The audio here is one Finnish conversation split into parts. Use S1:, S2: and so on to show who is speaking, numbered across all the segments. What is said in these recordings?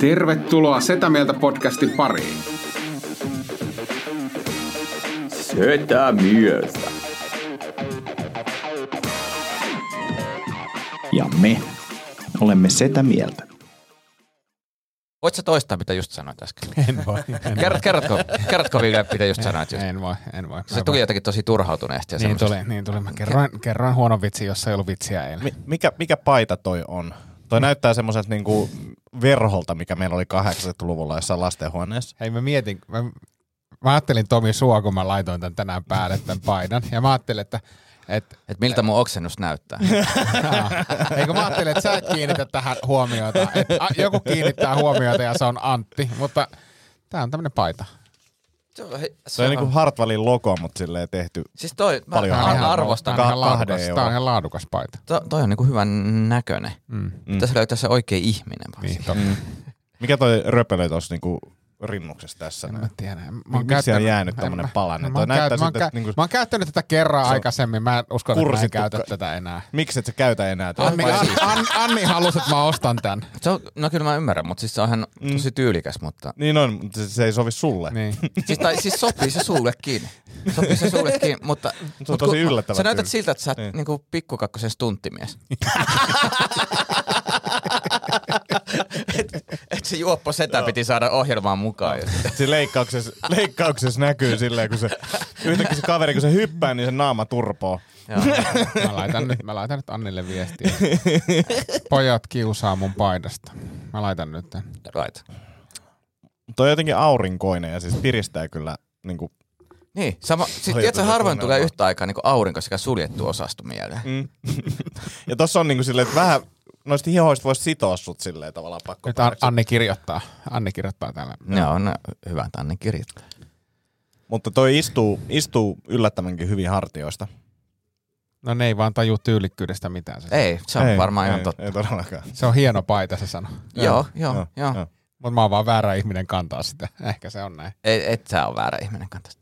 S1: Tervetuloa Setä Mieltä podcastin pariin.
S2: Sötä myös.
S3: Ja me olemme sitä mieltä.
S4: Voit sä toistaa, mitä just sanoit äsken?
S5: En voi. En
S4: Kerrot, kerrotko, kerrotko vielä, mitä just sanoit? Just?
S5: voi. En voi, en voi.
S4: Se tuli jotenkin tosi turhautuneesti. Ja
S5: niin
S4: semmoisesta-
S5: tuli, niin tuli. Mä kerroin, kerroin huonon vitsin, jossa ei ollut vitsiä eilen.
S6: Mi- mikä, mikä paita toi on? Toi näyttää semmoiselta niinku verholta, mikä meillä oli 80-luvulla jossain lastenhuoneessa.
S5: Hei mä mietin, mä, mä ajattelin Tomi sua, kun mä laitoin tän tänään päälle tämän paidan. Ja mä ajattelin, että et,
S4: Et miltä mun oksennus näyttää?
S5: eikö mä ajattelin, että sä et kiinnitä tähän huomiota. Et, a, joku kiinnittää huomiota ja se on Antti, mutta tää on tämmönen paita.
S4: Se on, he- se
S6: Se on
S4: on,
S6: niinku Hartwallin logo, mutta silleen tehty.
S4: siis toi, mä
S6: Paljon
S4: ar-
S6: harvemmin.
S4: arvostan.
S5: Tää on, ihan
S6: Ka-
S5: laadukas,
S6: kahden
S5: tää on
S6: euron.
S5: ihan laadukas paita.
S4: To, toi on niinku hyvän näköinen.
S5: Mm.
S4: Pitäisi löytää se oikea ihminen. varsin.
S5: Niin, totta.
S6: Mikä toi röpelö tuossa niinku rinnuksessa tässä?
S5: En
S6: näin?
S5: mä tiedä. Mä oon
S6: Miksi siellä
S5: käyttänyt-
S6: on jäänyt
S5: en
S6: tommonen
S5: mä-
S6: palanen?
S5: mä oon
S6: Niin Toi näyttää
S5: käyt- mä oon
S6: siltä,
S5: kä-
S6: että niinku-
S5: Mä oon käyttänyt tätä kerran
S6: on
S5: aikaisemmin. Mä en usko, että mä en
S6: kursittu
S5: käytä
S6: ka-
S5: tätä enää.
S6: Miksi et sä käytä enää tätä?
S5: Anni, An, An, Anni halusi, että mä ostan tän.
S4: Se on, no kyllä mä ymmärrän, mutta siis se on ihan tosi tyylikäs, mutta...
S6: Niin on, mutta se, se ei sovi sulle. Niin.
S5: Niin.
S4: Siis, tai, siis sopii se sullekin. Sopii se sullekin, mutta... Se
S6: on tosi yllättävä
S4: Sä näytät
S6: tyyli.
S4: siltä, että sä oot
S6: Niin.
S4: niinku pikkukakkosen stunttimies. et, et se juoppo setä piti saada ohjelmaan mukaan.
S6: Se leikkauksessa, leikkauksessa näkyy silleen, kun se yhtäkkiä se kaveri, kun se hyppää, niin se naama turpoo.
S4: Joo.
S5: Mä laitan, nyt, mä laitan nyt Annille viestiä. Pojat kiusaa mun paidasta. Mä laitan nyt tän.
S4: Right.
S6: Toi on jotenkin aurinkoinen ja siis piristää kyllä niinku
S4: Niin, sama, siis
S6: Toi
S4: tiedätkö,
S6: on
S4: harvoin
S6: tunnelma.
S4: tulee yhtä aikaa niin aurinko sekä suljettu osasto mieleen.
S6: Mm. ja tossa on niinku silleen, että vähän noista hihoista voisi sitoa sut silleen tavallaan pakko.
S5: Nyt An- Anni kirjoittaa. Anni kirjoittaa täällä.
S4: Ne on hyvä, että Anni kirjoittaa.
S6: Mutta toi istuu, istuu yllättävänkin hyvin hartioista.
S5: No ne ei vaan taju tyylikkyydestä mitään. Se,
S4: Ei, se on ei, varmaan ei, ihan totta.
S6: Ei todellakaan.
S5: se on hieno paita, se sano.
S4: Joo, joo, joo. joo. joo.
S5: Mutta mä oon vaan väärä ihminen kantaa sitä. Ehkä se on näin.
S4: Et, et sä ole väärä ihminen kantaa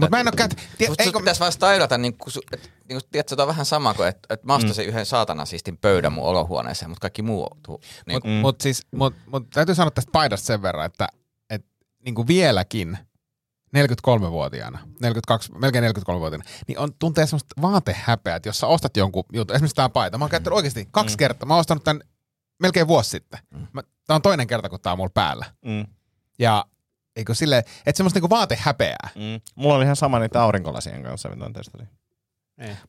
S5: Mut mä en oo käyt- tie-
S4: Musta sun
S5: eikö-
S4: pitäisi vaan stylata, niin kun, su- et, niin kun tiedätkö, tää on vähän sama kuin, että et mä ostasin yhden saatanan siistin pöydän mun olohuoneeseen, mutta kaikki muu tuu. Niin
S5: Mutta
S4: kun,
S5: mm. mut siis, mut, mut täytyy sanoa tästä paidasta sen verran, että et, niinku vieläkin 43-vuotiaana, 42, melkein 43-vuotiaana, niin on, tuntee semmoista vaatehäpeää, että jos sä ostat jonkun jutun, esimerkiksi tämä paita, mä oon käyttänyt oikeasti kaksi mm. kertaa, mä oon ostanut tämän melkein vuosi sitten. Mä, tää on toinen kerta, kun tää on mulla päällä.
S6: Mm,
S5: Ja eikö sille, että semmoista niinku vaatehäpeää.
S6: mm. Mulla on ihan sama niitä aurinkolasien kanssa, mitä on testasin.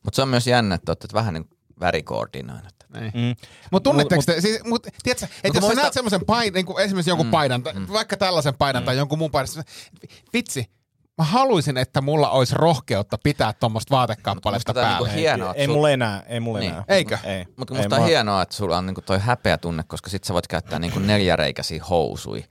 S4: mut se on myös jännä, että olet vähän niin värikoordinoinut.
S6: Mm.
S5: Mutta Niin. tunnetteko
S6: Mut-
S5: te, siis, mut, tiedätkö, että jos
S4: muista-
S5: sä näet semmoisen paidan, niin esimerkiksi jonkun mm, paidan, tai, mm. vaikka tällaisen paidan mm. tai jonkun muun paidan, sä- vitsi, mä haluaisin, että mulla olisi rohkeutta pitää tuommoista vaatekappaletta
S4: Musta tää on
S5: päällä.
S4: niinku hienoa, että
S6: Ei
S4: sul-
S6: mulla enää, ei mulla
S4: Niin.
S6: enää.
S5: Eikö?
S6: Ei.
S4: Mutta
S6: Ei,
S4: musta on
S6: mä-
S4: hienoa, että sulla on niinku toi häpeä tunne, koska sit sä voit käyttää niinku neljäreikäisiä housui.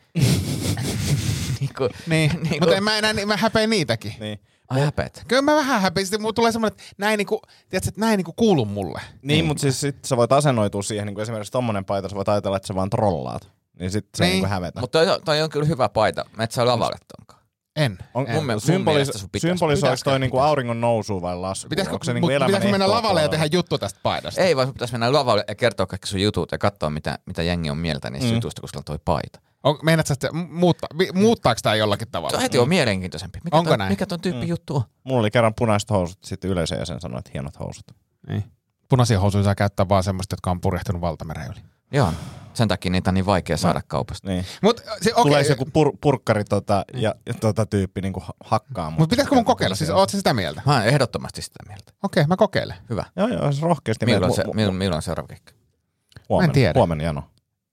S4: niinku,
S5: Niin,
S4: niinku,
S5: mutta en mä, enää, mä häpeän niitäkin. Niin.
S6: Niin.
S4: Ai häpeät.
S5: Kyllä mä vähän häpeän, sitten mulla tulee semmoinen, että näin, niinku, tiedätkö, että näin niinku kuulu mulle.
S6: Niin, mutta siis sit sä voit asennoitua siihen, niin kuin esimerkiksi tommonen paita, sä voit ajatella, että sä vaan trollaat. Niin sit se
S5: Niin.
S6: niin. Niin hävetä.
S4: Mutta toi, toi, on kyllä hyvä paita. Mä et sä lavalle tonkaan.
S5: En.
S6: On,
S5: en.
S4: mun mielestä- mielestä sun
S6: symbolis-
S4: pitäisi.
S6: symbolisoiko
S4: Pitäisikö?
S6: toi niinku auringon nousu vai lasku?
S5: Pitäisikö,
S6: Onko se
S5: mut,
S6: niinku elämän
S5: pitäisikö mennä
S6: ehtoa
S5: lavalle ja
S6: puolella?
S5: tehdä juttu tästä paidasta?
S4: Ei vaan sun pitäisi mennä lavalle ja kertoa kaikki sun jutut ja katsoa, mitä, mitä jengi on mieltä niistä mm.
S6: Mm.
S4: jutuista, kun sulla on toi paita.
S5: On, meinaat sä, että mu- muutta, vi- muuttaako tämä jollakin
S4: Se
S5: tavalla?
S4: on heti on mielenkiintoisempi. Mikä
S5: Mm. Onko
S4: ton,
S5: näin?
S4: Mikä ton tyyppi mm. juttu on?
S6: Mulla oli kerran punaiset housut, sitten yleisön jäsen sanoi, että hienot housut.
S5: Niin. Punaisia housuja saa käyttää vaan semmoista, jotka on purjehtunut valtameren yli.
S4: Joo. Sen takia niitä on niin vaikea saada kaupasta.
S6: Niin.
S5: Mut, äh, se,
S6: Okay. Tulee
S5: okay,
S6: se joku pur- purkkari tota, ja, ja tota tyyppi niinku ha- hakkaa mut.
S5: Mut pitäisikö mun kokeilla? Siis oot sä sitä mieltä?
S4: Mä oon ehdottomasti sitä mieltä.
S5: Okei, okay, mä kokeilen.
S4: Hyvä.
S6: Joo, joo, jos rohkeasti.
S4: Milloin,
S6: menet.
S4: se,
S6: Niin, Mu- mu-
S4: milloin, milloin seuraava keikka?
S6: huomenna,
S5: Mä en tiedä.
S6: Huomenna jano,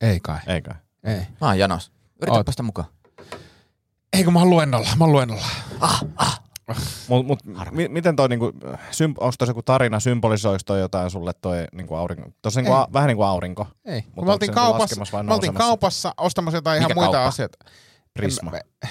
S5: Ei kai.
S6: eikä.
S5: Ei.
S4: Mä oon janos. Yritä
S5: Oot.
S4: päästä mukaan.
S5: Eikö mä oon luennolla? Mä oon luennolla.
S6: Mut, mut, mi- miten toi, niinku, symp- onko toi se joku tarina, symbolisoiko toi jotain sulle toi niinku aurinko? Tuossa niinku,
S5: Ei.
S6: a- vähän niin kuin aurinko.
S5: Ei. Mut
S6: onko
S5: mä
S6: se
S5: oltiin
S6: niinku laskemassa
S5: kaupassa,
S6: vai
S5: mä oltiin
S6: nousemassa?
S5: kaupassa ostamassa jotain ihan
S4: Mikä
S5: muita
S4: kauppa?
S5: asioita.
S6: Prisma.
S5: En mä-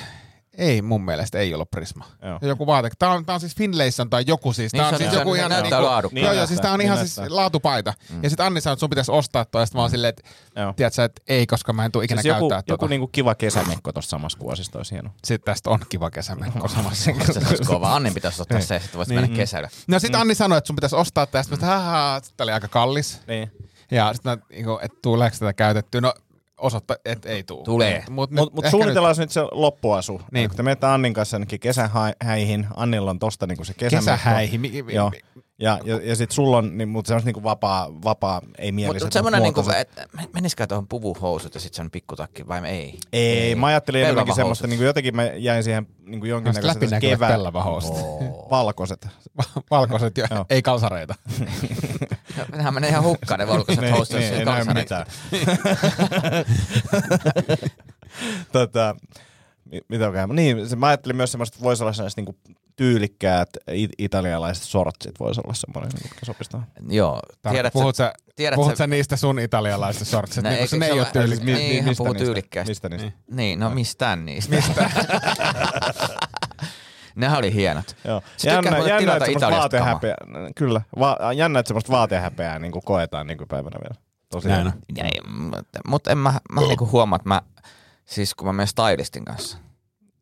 S5: Ei mun mielestä ei ollut Prisma.
S6: Joo.
S5: Joku vaate. Tää on, tää on siis Finlayson tai joku siis. Tää on
S4: Niin, se
S5: siis
S4: on-
S5: joku
S4: se
S5: ihan
S4: näyttää
S5: niinku,
S4: laadukkaalta.
S5: Joo, joo,
S6: Niin
S5: siis tää on
S6: näyttää,
S5: ihan
S6: niin
S5: siis
S6: näyttää. Mm.
S5: laatupaita. Ja sit Anni sanoi, että sun pitäisi ostaa toi. Ja sit mä oon silleen, että
S6: Joo.
S5: tiedät sä, että ei, koska mä en tuu ikinä
S6: Siis joku,
S5: käyttää
S6: joku
S5: tota.
S6: niinku kiva kesämekko tuossa samassa kuosissa, olisi hieno.
S5: Sitten tästä on kiva kesämekko samassa.
S6: siis
S4: Se olisi kova. Annin pitäisi ottaa se, että voisit
S6: Niin.
S4: mennä kesällä.
S5: No sit Anni sanoi, että sun pitäisi ostaa tästä. Mä sanoin, että haha, sit tää oli aika kallis.
S6: Niin.
S5: Ja sit mä, niinku, että tuleeko tätä käytettyä. No osoittaa, että ei tule.
S4: Tulee.
S5: Mutta
S6: Mutta mut suunnitellaan nyt se loppuasu.
S5: Niin.
S6: Niin. Kun te menette Annin kanssa jonnekin kesähäihin, Annilla on tosta niinku se kesämekko.
S5: kesähäihin. Mi- mi-
S6: Joo.
S5: mi-
S6: Ja, ja, ja sitten sulla on, niin, mutta se on niinku vapaa, vapaa, ei
S4: Mutta
S6: mieliset,
S4: mut semmoinen, niinku,
S6: muotoiset.
S4: että menisikö tuohon puvuhousut ja sitten se on pikkutakki vai ei?
S6: Ei, mä ajattelin
S4: Pellava
S6: enemmänkin semmoista,
S4: housut.
S6: niin kuin jotenkin mä jäin siihen niin kuin jonkinnäköiset
S5: Läpinäkyvät
S6: kevät.
S5: pellavahousut.
S6: Valkoiset.
S5: Valkoiset ja
S6: Joo.
S5: ei kalsareita.
S4: No, Nehän menee ihan hukkaan ne valkoiset
S6: Niin,
S4: housut.
S6: niin,
S4: jos
S6: ei
S4: ei
S6: näy
S4: kalsareita.
S6: mitään. tota, mi- mitä onkaan? Niin, se, mä ajattelin myös semmoista, että voisi olla sellaiset niinku tyylikkäät it- italialaiset sortsit, voisi olla semmoinen, niinku, mikä sopistaa.
S4: Joo,
S5: Tiedät
S4: tiedätkö?
S5: puhut sä,
S4: tiedät
S5: puhut
S4: sä-
S5: sä niistä sun italialaisista sortsista,
S4: Nää,
S5: niin
S4: eikö
S5: kun ne
S4: se
S5: ei ole
S4: ole-
S5: tyylikkäitä.
S4: Niin, hän
S6: mistä
S4: puhuu
S6: niistä?
S4: tyylikkäästi.
S6: Mistä niistä?
S4: Niin, no mistään niistä. Mistä? Nehän oli hienot.
S6: Joo.
S4: Sä tykkää muuten tilata
S6: semmoista
S4: Italiasta kamaa.
S6: vaatehäpeää, kyllä, Va- jännä, että semmoista vaatehäpeää niin kuin koetaan nykypäivänä vielä. Tosiaan.
S5: Näin on.
S4: Ei, mutta- Mutta en mä, mä niinku huomaa, että mä, siis kun mä menen stylistin kanssa,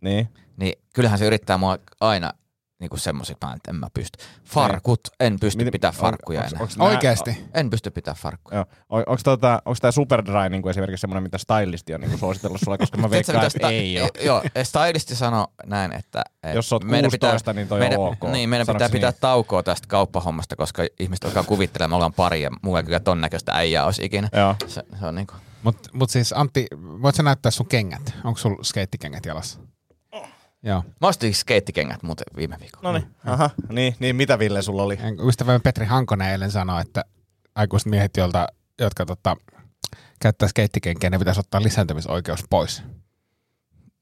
S6: Niin.
S4: niin kyllähän se yrittää mua aina niinku semmoiset, mä, että en mä pysty. Farkut, en pysty
S6: Niin. Miten-
S4: pitää
S6: on-
S4: farkkuja
S6: onks-
S4: enää.
S6: onks nää-
S5: Oikeesti.
S4: En pysty pitää farkkuja.
S6: Joo. O- onks, tota, onks tää Superdry niinku esimerkiksi semmonen, mitä stylisti on niinku suositellut sulle, koska mä
S4: Tiedätkö,
S6: veikkaan,
S4: mitä
S6: että
S4: sta-
S6: ei oo.
S4: Joo, stylisti sanoi näin, että... että
S6: Jos sä oot
S4: meidän
S6: 16, niin toi on
S4: meidän,
S6: ok.
S4: Niin, meidän
S6: Sanoks
S4: pitää pitää
S6: niin?
S4: taukoa tästä kauppahommasta, koska ihmiset alkaa kuvittelemaan, me ollaan pari ja mulla ei kyllä ton näköistä äijää olisi ikinä.
S6: Joo.
S4: Se, se on niinku...
S5: Mut, mut siis Antti, voit sä näyttää sun kengät? Onko sulla skeittikengät jalassa? Joo.
S4: Mä ostin skeittikengät muuten viime viikolla.
S6: No niin. Aha. Niin, niin, mitä Ville sulla oli?
S5: En- Ystävämme Petri Hankonen eilen sanoi, että aikuiset miehet, joilta, jotka tota, käyttää skeittikenkiä, ne pitäisi ottaa lisääntymisoikeus pois.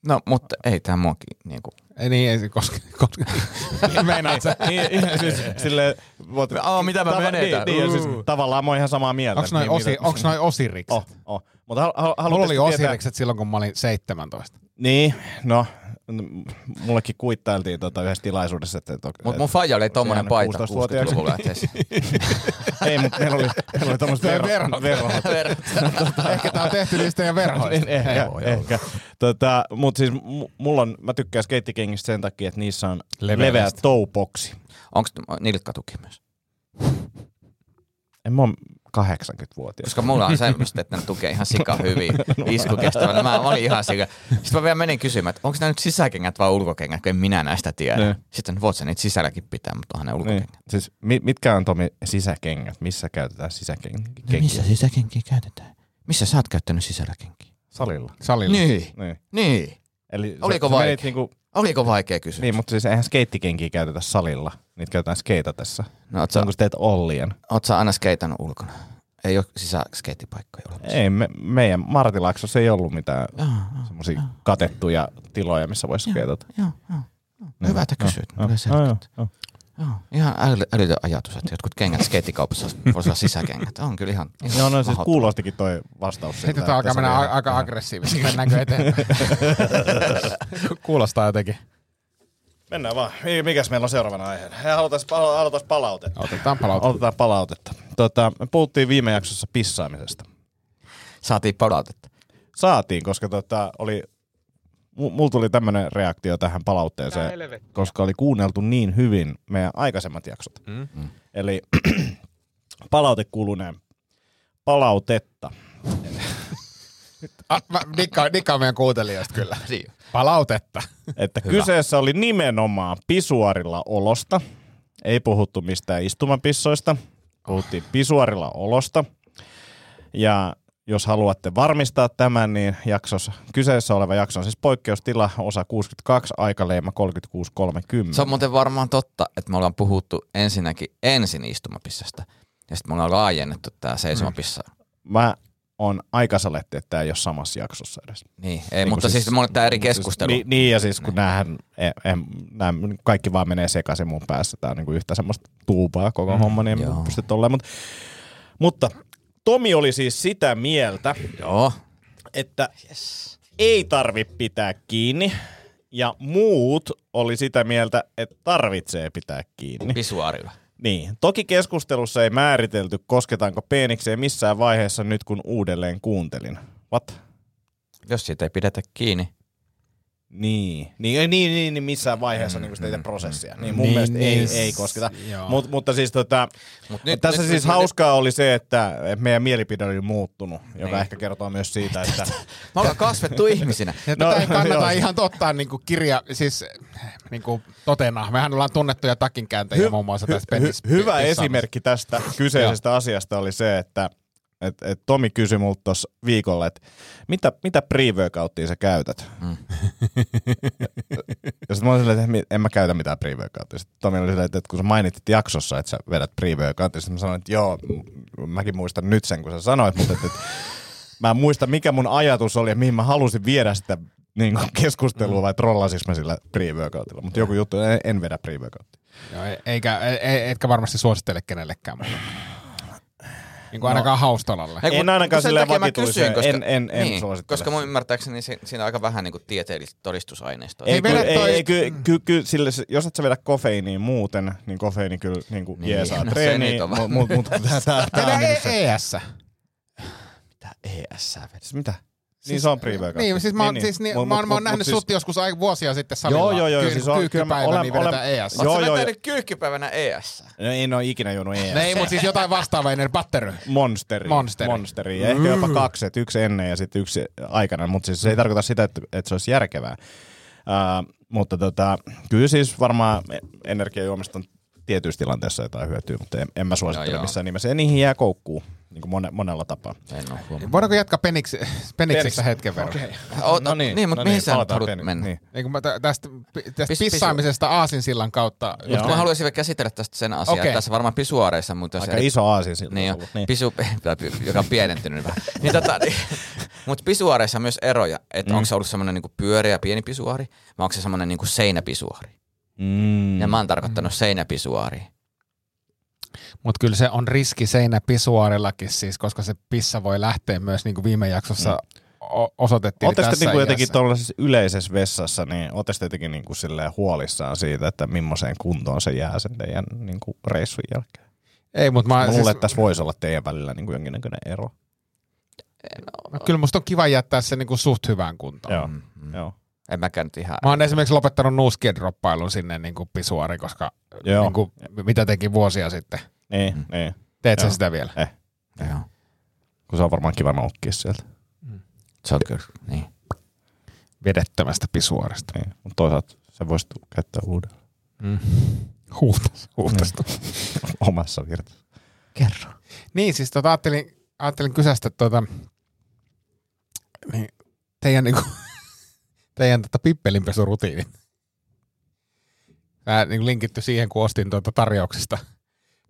S4: No, mutta ei tämä muakin niinku...
S5: Ei niin, ei se koske. koske. Meinaat sä?
S6: niin, siis sille, voit,
S4: Aa, mitä mä menetän?
S6: Niin, niin, siis,
S4: Uu.
S6: tavallaan mä oon ihan samaa mieltä.
S5: Onko noin,
S6: niin,
S5: osi, onks noin osirikset?
S6: Oh, oh. Mutta hal, hal,
S5: Mulla
S6: haluatteko
S5: oli
S6: tietää-
S5: osirikset silloin, kun mä olin 17.
S6: Niin, no, n- mullekin kuittailtiin tota yhdessä tilaisuudessa, että... että
S4: Mutta mun faija oli tommonen
S6: sehän
S4: paita
S6: 16-vuotiaaksi.
S4: 60-luvulla. että ei se-
S6: Ei, mutta meillä oli, meillä oli tommoset
S5: Tää
S6: vero,
S5: verhot.
S6: verhot.
S5: Ehkä tää on tehty niistä ja verhoista.
S6: Eh- ehkä,
S4: Joo, joo.
S6: ehkä. Tota, mutta siis mu- mulla on, mä tykkään skeittikengistä sen takia, että niissä on
S5: Leveä
S6: leveä, leveä
S5: lasta.
S6: touboksi.
S4: Onks nilkkatuki myös?
S6: En mä oon 80-vuotias.
S4: Koska mulla on semmoista, että ne tukee ihan sika hyvin iskukestävänä. Mä olin ihan sika. Sitten mä vielä menin kysymään, että onko nämä nyt sisäkengät vai ulkokengät, kun en minä näistä tiedä.
S6: Niin.
S4: Sitten voit sä niitä sisälläkin pitää, mutta onhan ne
S6: Niin.
S4: ulkokengät.
S6: Siis mi- mitkä on Tomi sisäkengät? Missä käytetään Niin, sisäkenkiä?
S4: No Missä sisäkenkiä käytetään? Missä sä oot käyttänyt sisälläkenkiä?
S6: Salilla.
S5: Salilla.
S4: Niin,
S6: Niin.
S4: niin.
S6: Eli
S4: Oliko
S6: menit
S4: vaikea?
S6: Niinku,
S4: Oliko vaikea kysymys?
S6: niin, mutta siis eihän skeittikenkiä käytetä salilla. Niitä käytetään skeita tässä.
S4: No, oot,
S6: Sä...
S4: sä,
S6: Onko teet Ollien?
S4: oot sä aina skeitannut ulkona? Ei ole sisäskeittipaikkoja olemassa.
S6: Ei, me, meidän Martilaksossa ei ollut mitään
S4: Joo, joo,
S6: semmoisia katettuja tiloja, missä voisi skeitata.
S4: Ah. joo, joo. Hyvä, että kysyit. Tulee
S6: Joo,
S4: selkeä.
S6: joo, joo.
S4: Joo, ihan äly, älytön ajatus, että jotkut kengät skeittikaupassa voisi olla sisäkengät. On kyllä ihan, ihan
S6: Joo, no siis
S4: mahdoton.
S6: kuulostikin toi vastaus. siltä,
S5: Sitten tämä
S6: että
S5: alkaa
S6: se
S5: mennä
S6: oli
S5: a-
S6: ihan-
S5: aika aggressiivisesti. Mennäänkö eteenpäin? Kuulostaa jotenkin.
S6: Mennään vaan. Mi- Mikäs meillä on seuraavana aiheena? Hei, halutaan pala- halutaan palautetta.
S5: Otetaan palautetta.
S6: Otetaan palautetta. Tota, me puhuttiin viime jaksossa pissaamisesta.
S4: Saatiin palautetta.
S6: Saatiin, koska tota, oli, mu- mulla tuli tämmöinen reaktio tähän palautteeseen, koska oli kuunneltu niin hyvin meidän aikaisemmat jaksot.
S5: Mm.
S6: Eli palaute kuuluu näin. Palautetta.
S5: Ah, mä dikkaan, dikkaan meidän kuuntelijoista kyllä.
S4: Niin.
S5: Palautetta.
S6: Että kyseessä oli nimenomaan pisuarilla olosta. Ei puhuttu mistään istumapissoista. Puhuttiin pisuarilla olosta. Ja jos haluatte varmistaa tämän, niin jaksossa, kyseessä oleva jakso on siis poikkeustila, osa 62, aikaleima 36.30.
S4: Se on muuten varmaan totta, että me ollaan puhuttu ensinnäkin ensin istumapissasta. Ja sitten me ollaan laajennettu tämä seisomapissa.
S6: Mä on aika saletti, että tämä ei ole samassa jaksossa edes.
S4: Niin, ei,
S6: Niin
S4: mutta
S6: kuin
S4: siis,
S6: siis-
S4: me ollaan tämä eri keskustelu.
S6: Niin, niin ja siis kun näähän, eh, eh, nää, kaikki vaan menee sekaisin mun päässä. Tää on niinku yhtä semmoista tuubaa koko mm, homma, niin en
S4: joo.
S6: mä pysty tolleen. Mut, mutta Tomi oli siis sitä mieltä,
S4: Joo.
S6: että ei tarvi pitää kiinni. Ja muut oli sitä mieltä, että tarvitsee pitää kiinni.
S4: Visuaarilla.
S6: Niin. Toki keskustelussa ei määritelty, kosketaanko peenikseen missään vaiheessa nyt, kun uudelleen kuuntelin. What?
S4: Jos siitä ei pidetä kiinni,
S6: Niin. Niin, ei, niin, niin, niin missään
S4: Mm,
S6: vaiheessa niin sitä itse prosessia. Niin mun niin, mielestä niin, ei, ei kosketa.
S5: joo.
S6: Mut, mutta siis tota,
S4: Mut nyt-
S6: nyt, tässä
S4: nyt-
S6: nyt, siis
S4: nyt-
S6: nyt, hauskaa oli se, että että meidän mielipide oli muuttunut, joka
S4: Niin.
S6: ehkä kertoo myös siitä, että...
S4: Me ollaan kasvettu ihmisinä.
S5: Ja
S6: No,
S5: tätä ei kannata
S6: joo.
S5: ihan ottaa niin kuin kirja, siis niin kuin totena. Mehän ollaan tunnettuja takinkääntäjiä muun muassa tässä penis.
S6: hy- hyvä
S5: pissaamisessa.
S6: esimerkki tästä kyseisestä asiasta oli se, että et, et Tomi kysyi multa tuossa viikolla, että mitä, mitä pre-workouttia sä käytät? Mm. ja sitten mä olin silleen, että mi- en mä käytä mitään pre-workouttia. Sitten Tomi oli silleen, että kun sä mainitsit jaksossa, että sä vedät pre-workouttia, sitten mä sanoin, että joo, m- mäkin muistan nyt sen, kun sä sanoit, mutta että, että mä en muista, mikä mun ajatus oli ja mihin mä halusin viedä sitä niin keskustelua vai trollasis mä sillä pre-workoutilla. Mutta joku juttu, en, en vedä pre-workouttia.
S5: Joo, e- eikä, e- etkä varmasti suosittele kenellekään muulle. Niin kuin
S6: No.
S5: ainakaan haustalalle.
S4: Ei, kun-
S6: En ainakaan
S4: kun sen
S6: silleen
S4: takia mä
S6: vakituiseen.
S4: kysyin, koska-
S6: En- en- en
S4: niin,
S6: suosittele.
S4: Koska mun ymmärtääkseni si- siinä on aika vähän niinku tieteellistä Niin, todistusaineistoa.
S6: Ei,
S5: Ei vedä
S6: kyllä, ei,
S5: toi-
S6: ei, ky, ky, ky, sille, se- jos et sä vedä kofeiiniin muuten, niin kofeiini kyllä niin kuin
S4: Niin,
S6: niin, jeesaa
S4: no
S6: no
S4: se
S6: treeniin,
S4: nyt on vähän-
S6: mutta mut, mut, tää- tää- tää
S5: Tätä
S6: on E niinku
S5: e-
S6: se-
S5: ES.
S6: Mitä ES vedät? Mitä? Niin se on pre-workout.
S5: Niin, siis mä oon, siis, niin,
S6: Mut-
S5: mä
S6: mut-
S5: oon, mä
S6: mut-
S5: oon nähnyt
S6: mut
S5: sut joskus ai- vuosia sitten salilla.
S6: Joo, joo, joo,
S5: Kyy-
S6: siis on- kyllä mä
S5: kyykkypäivä,
S6: olen-
S5: niin vedetään
S6: olen-
S5: ES.
S6: joo,
S4: Oletko sä
S6: joo,
S4: vetänyt kyykkypäivänä ES?
S6: No, en ole ikinä juonut ES.
S5: No ei, mutta siis jotain vastaavaa ennen battery.
S4: siis-
S6: Monsteri.
S5: Monsteri.
S6: Monsteri. Ja ehkä jopa kaksi, että yksi ennen ja sitten yksi aikana, mutta siis se ei tarkoita sitä, että, että se olisi järkevää. Uh, mutta tota, kyllä siis varmaan energiajuomista on tietyissä tilanteissa jotain hyötyä, mutta en, en mä
S4: No
S6: suosittele
S4: joo.
S6: missään nimessä. Ja niihin jää koukkuun niin kuin mone, monella tapaa.
S4: En oo huomannut.
S5: Voidaanko jatkaa peniksi, peniksistä hetken verran? Okay.
S4: Oota, niin, mutta mihin sä nyt
S6: palataan
S4: haluat
S6: pieni-
S4: mennä?
S6: Niin.
S5: Niin, kun mä tä- tästä, tästä
S4: Pis-
S5: pissaamisesta aasinsillan kautta.
S6: Joo.
S4: Mä haluaisin vielä käsitellä tästä sen asian,
S5: Okei.
S4: okay. tässä varmaan pisuaareissa, mutta
S6: Aika
S4: se
S6: iso aasin silloin
S4: Niin,
S6: niin
S4: jo,
S6: ollut.
S4: niin.
S6: Niin.
S4: Pisu, tai pi- joka on pienentynyt vähän. Niin, tota, niin, mutta pisuaareissa on myös eroja, että mm. onko se ollut semmoinen niinku pyöreä pieni pisuaari, vai onko se semmoinen niinku seinäpisuaari.
S6: Mm.
S4: Mm. Ja mä oon tarkoittanut seinäpisuaari.
S5: Mutta kyllä se on riski seinä pisuaarillakin siis, koska se pissa voi lähteä myös niin kuin viime jaksossa o- osoitettiin.
S6: Oletteko te
S5: tässä
S6: niinku jotenkin
S5: iässä.
S6: tuollaisessa yleisessä vessassa, niin ootteko te jotenkin niinku silleen huolissaan siitä, että millaiseen kuntoon se jää sen teidän niinku reissun jälkeen?
S5: Ei, mutta
S6: Mä
S5: mä,
S6: luulen,
S5: siis,
S6: että tässä voisi olla teidän välillä niinku jonkinnäköinen ero.
S5: no, kyllä musta on kiva jättää se niin kuin suht hyvään kuntoon.
S6: Joo.
S4: Mm.
S6: Joo.
S4: En mäkään nyt ihan...
S5: Mä oon esimerkiksi lopettanut nuuskiedroppailun sinne niin kuin pisuaari, koska
S6: Joo.
S5: Niin kuin, mitä tekin vuosia sitten.
S6: Niin, niin.
S5: Teet sä
S6: Joo.
S5: sitä vielä?
S6: Eh,
S4: Joo.
S6: kun se on varmaan kiva noukkia sieltä.
S4: Se on kyllä, niin.
S5: Vedettömästä pisuaarista.
S6: Niin. Mutta toisaalta se voisi tu- käyttää uudelleen Mm.
S5: Huuhtas. Huuhtas.
S6: omassa virtassa.
S4: Kerro.
S5: Niin, siis tota, ajattelin, ajattelin kysästä tota, niin, teidän, niinku, teidän tota, pippelinpesurutiinin. Tämä niin linkitty siihen, kun ostin tuota tarjouksesta,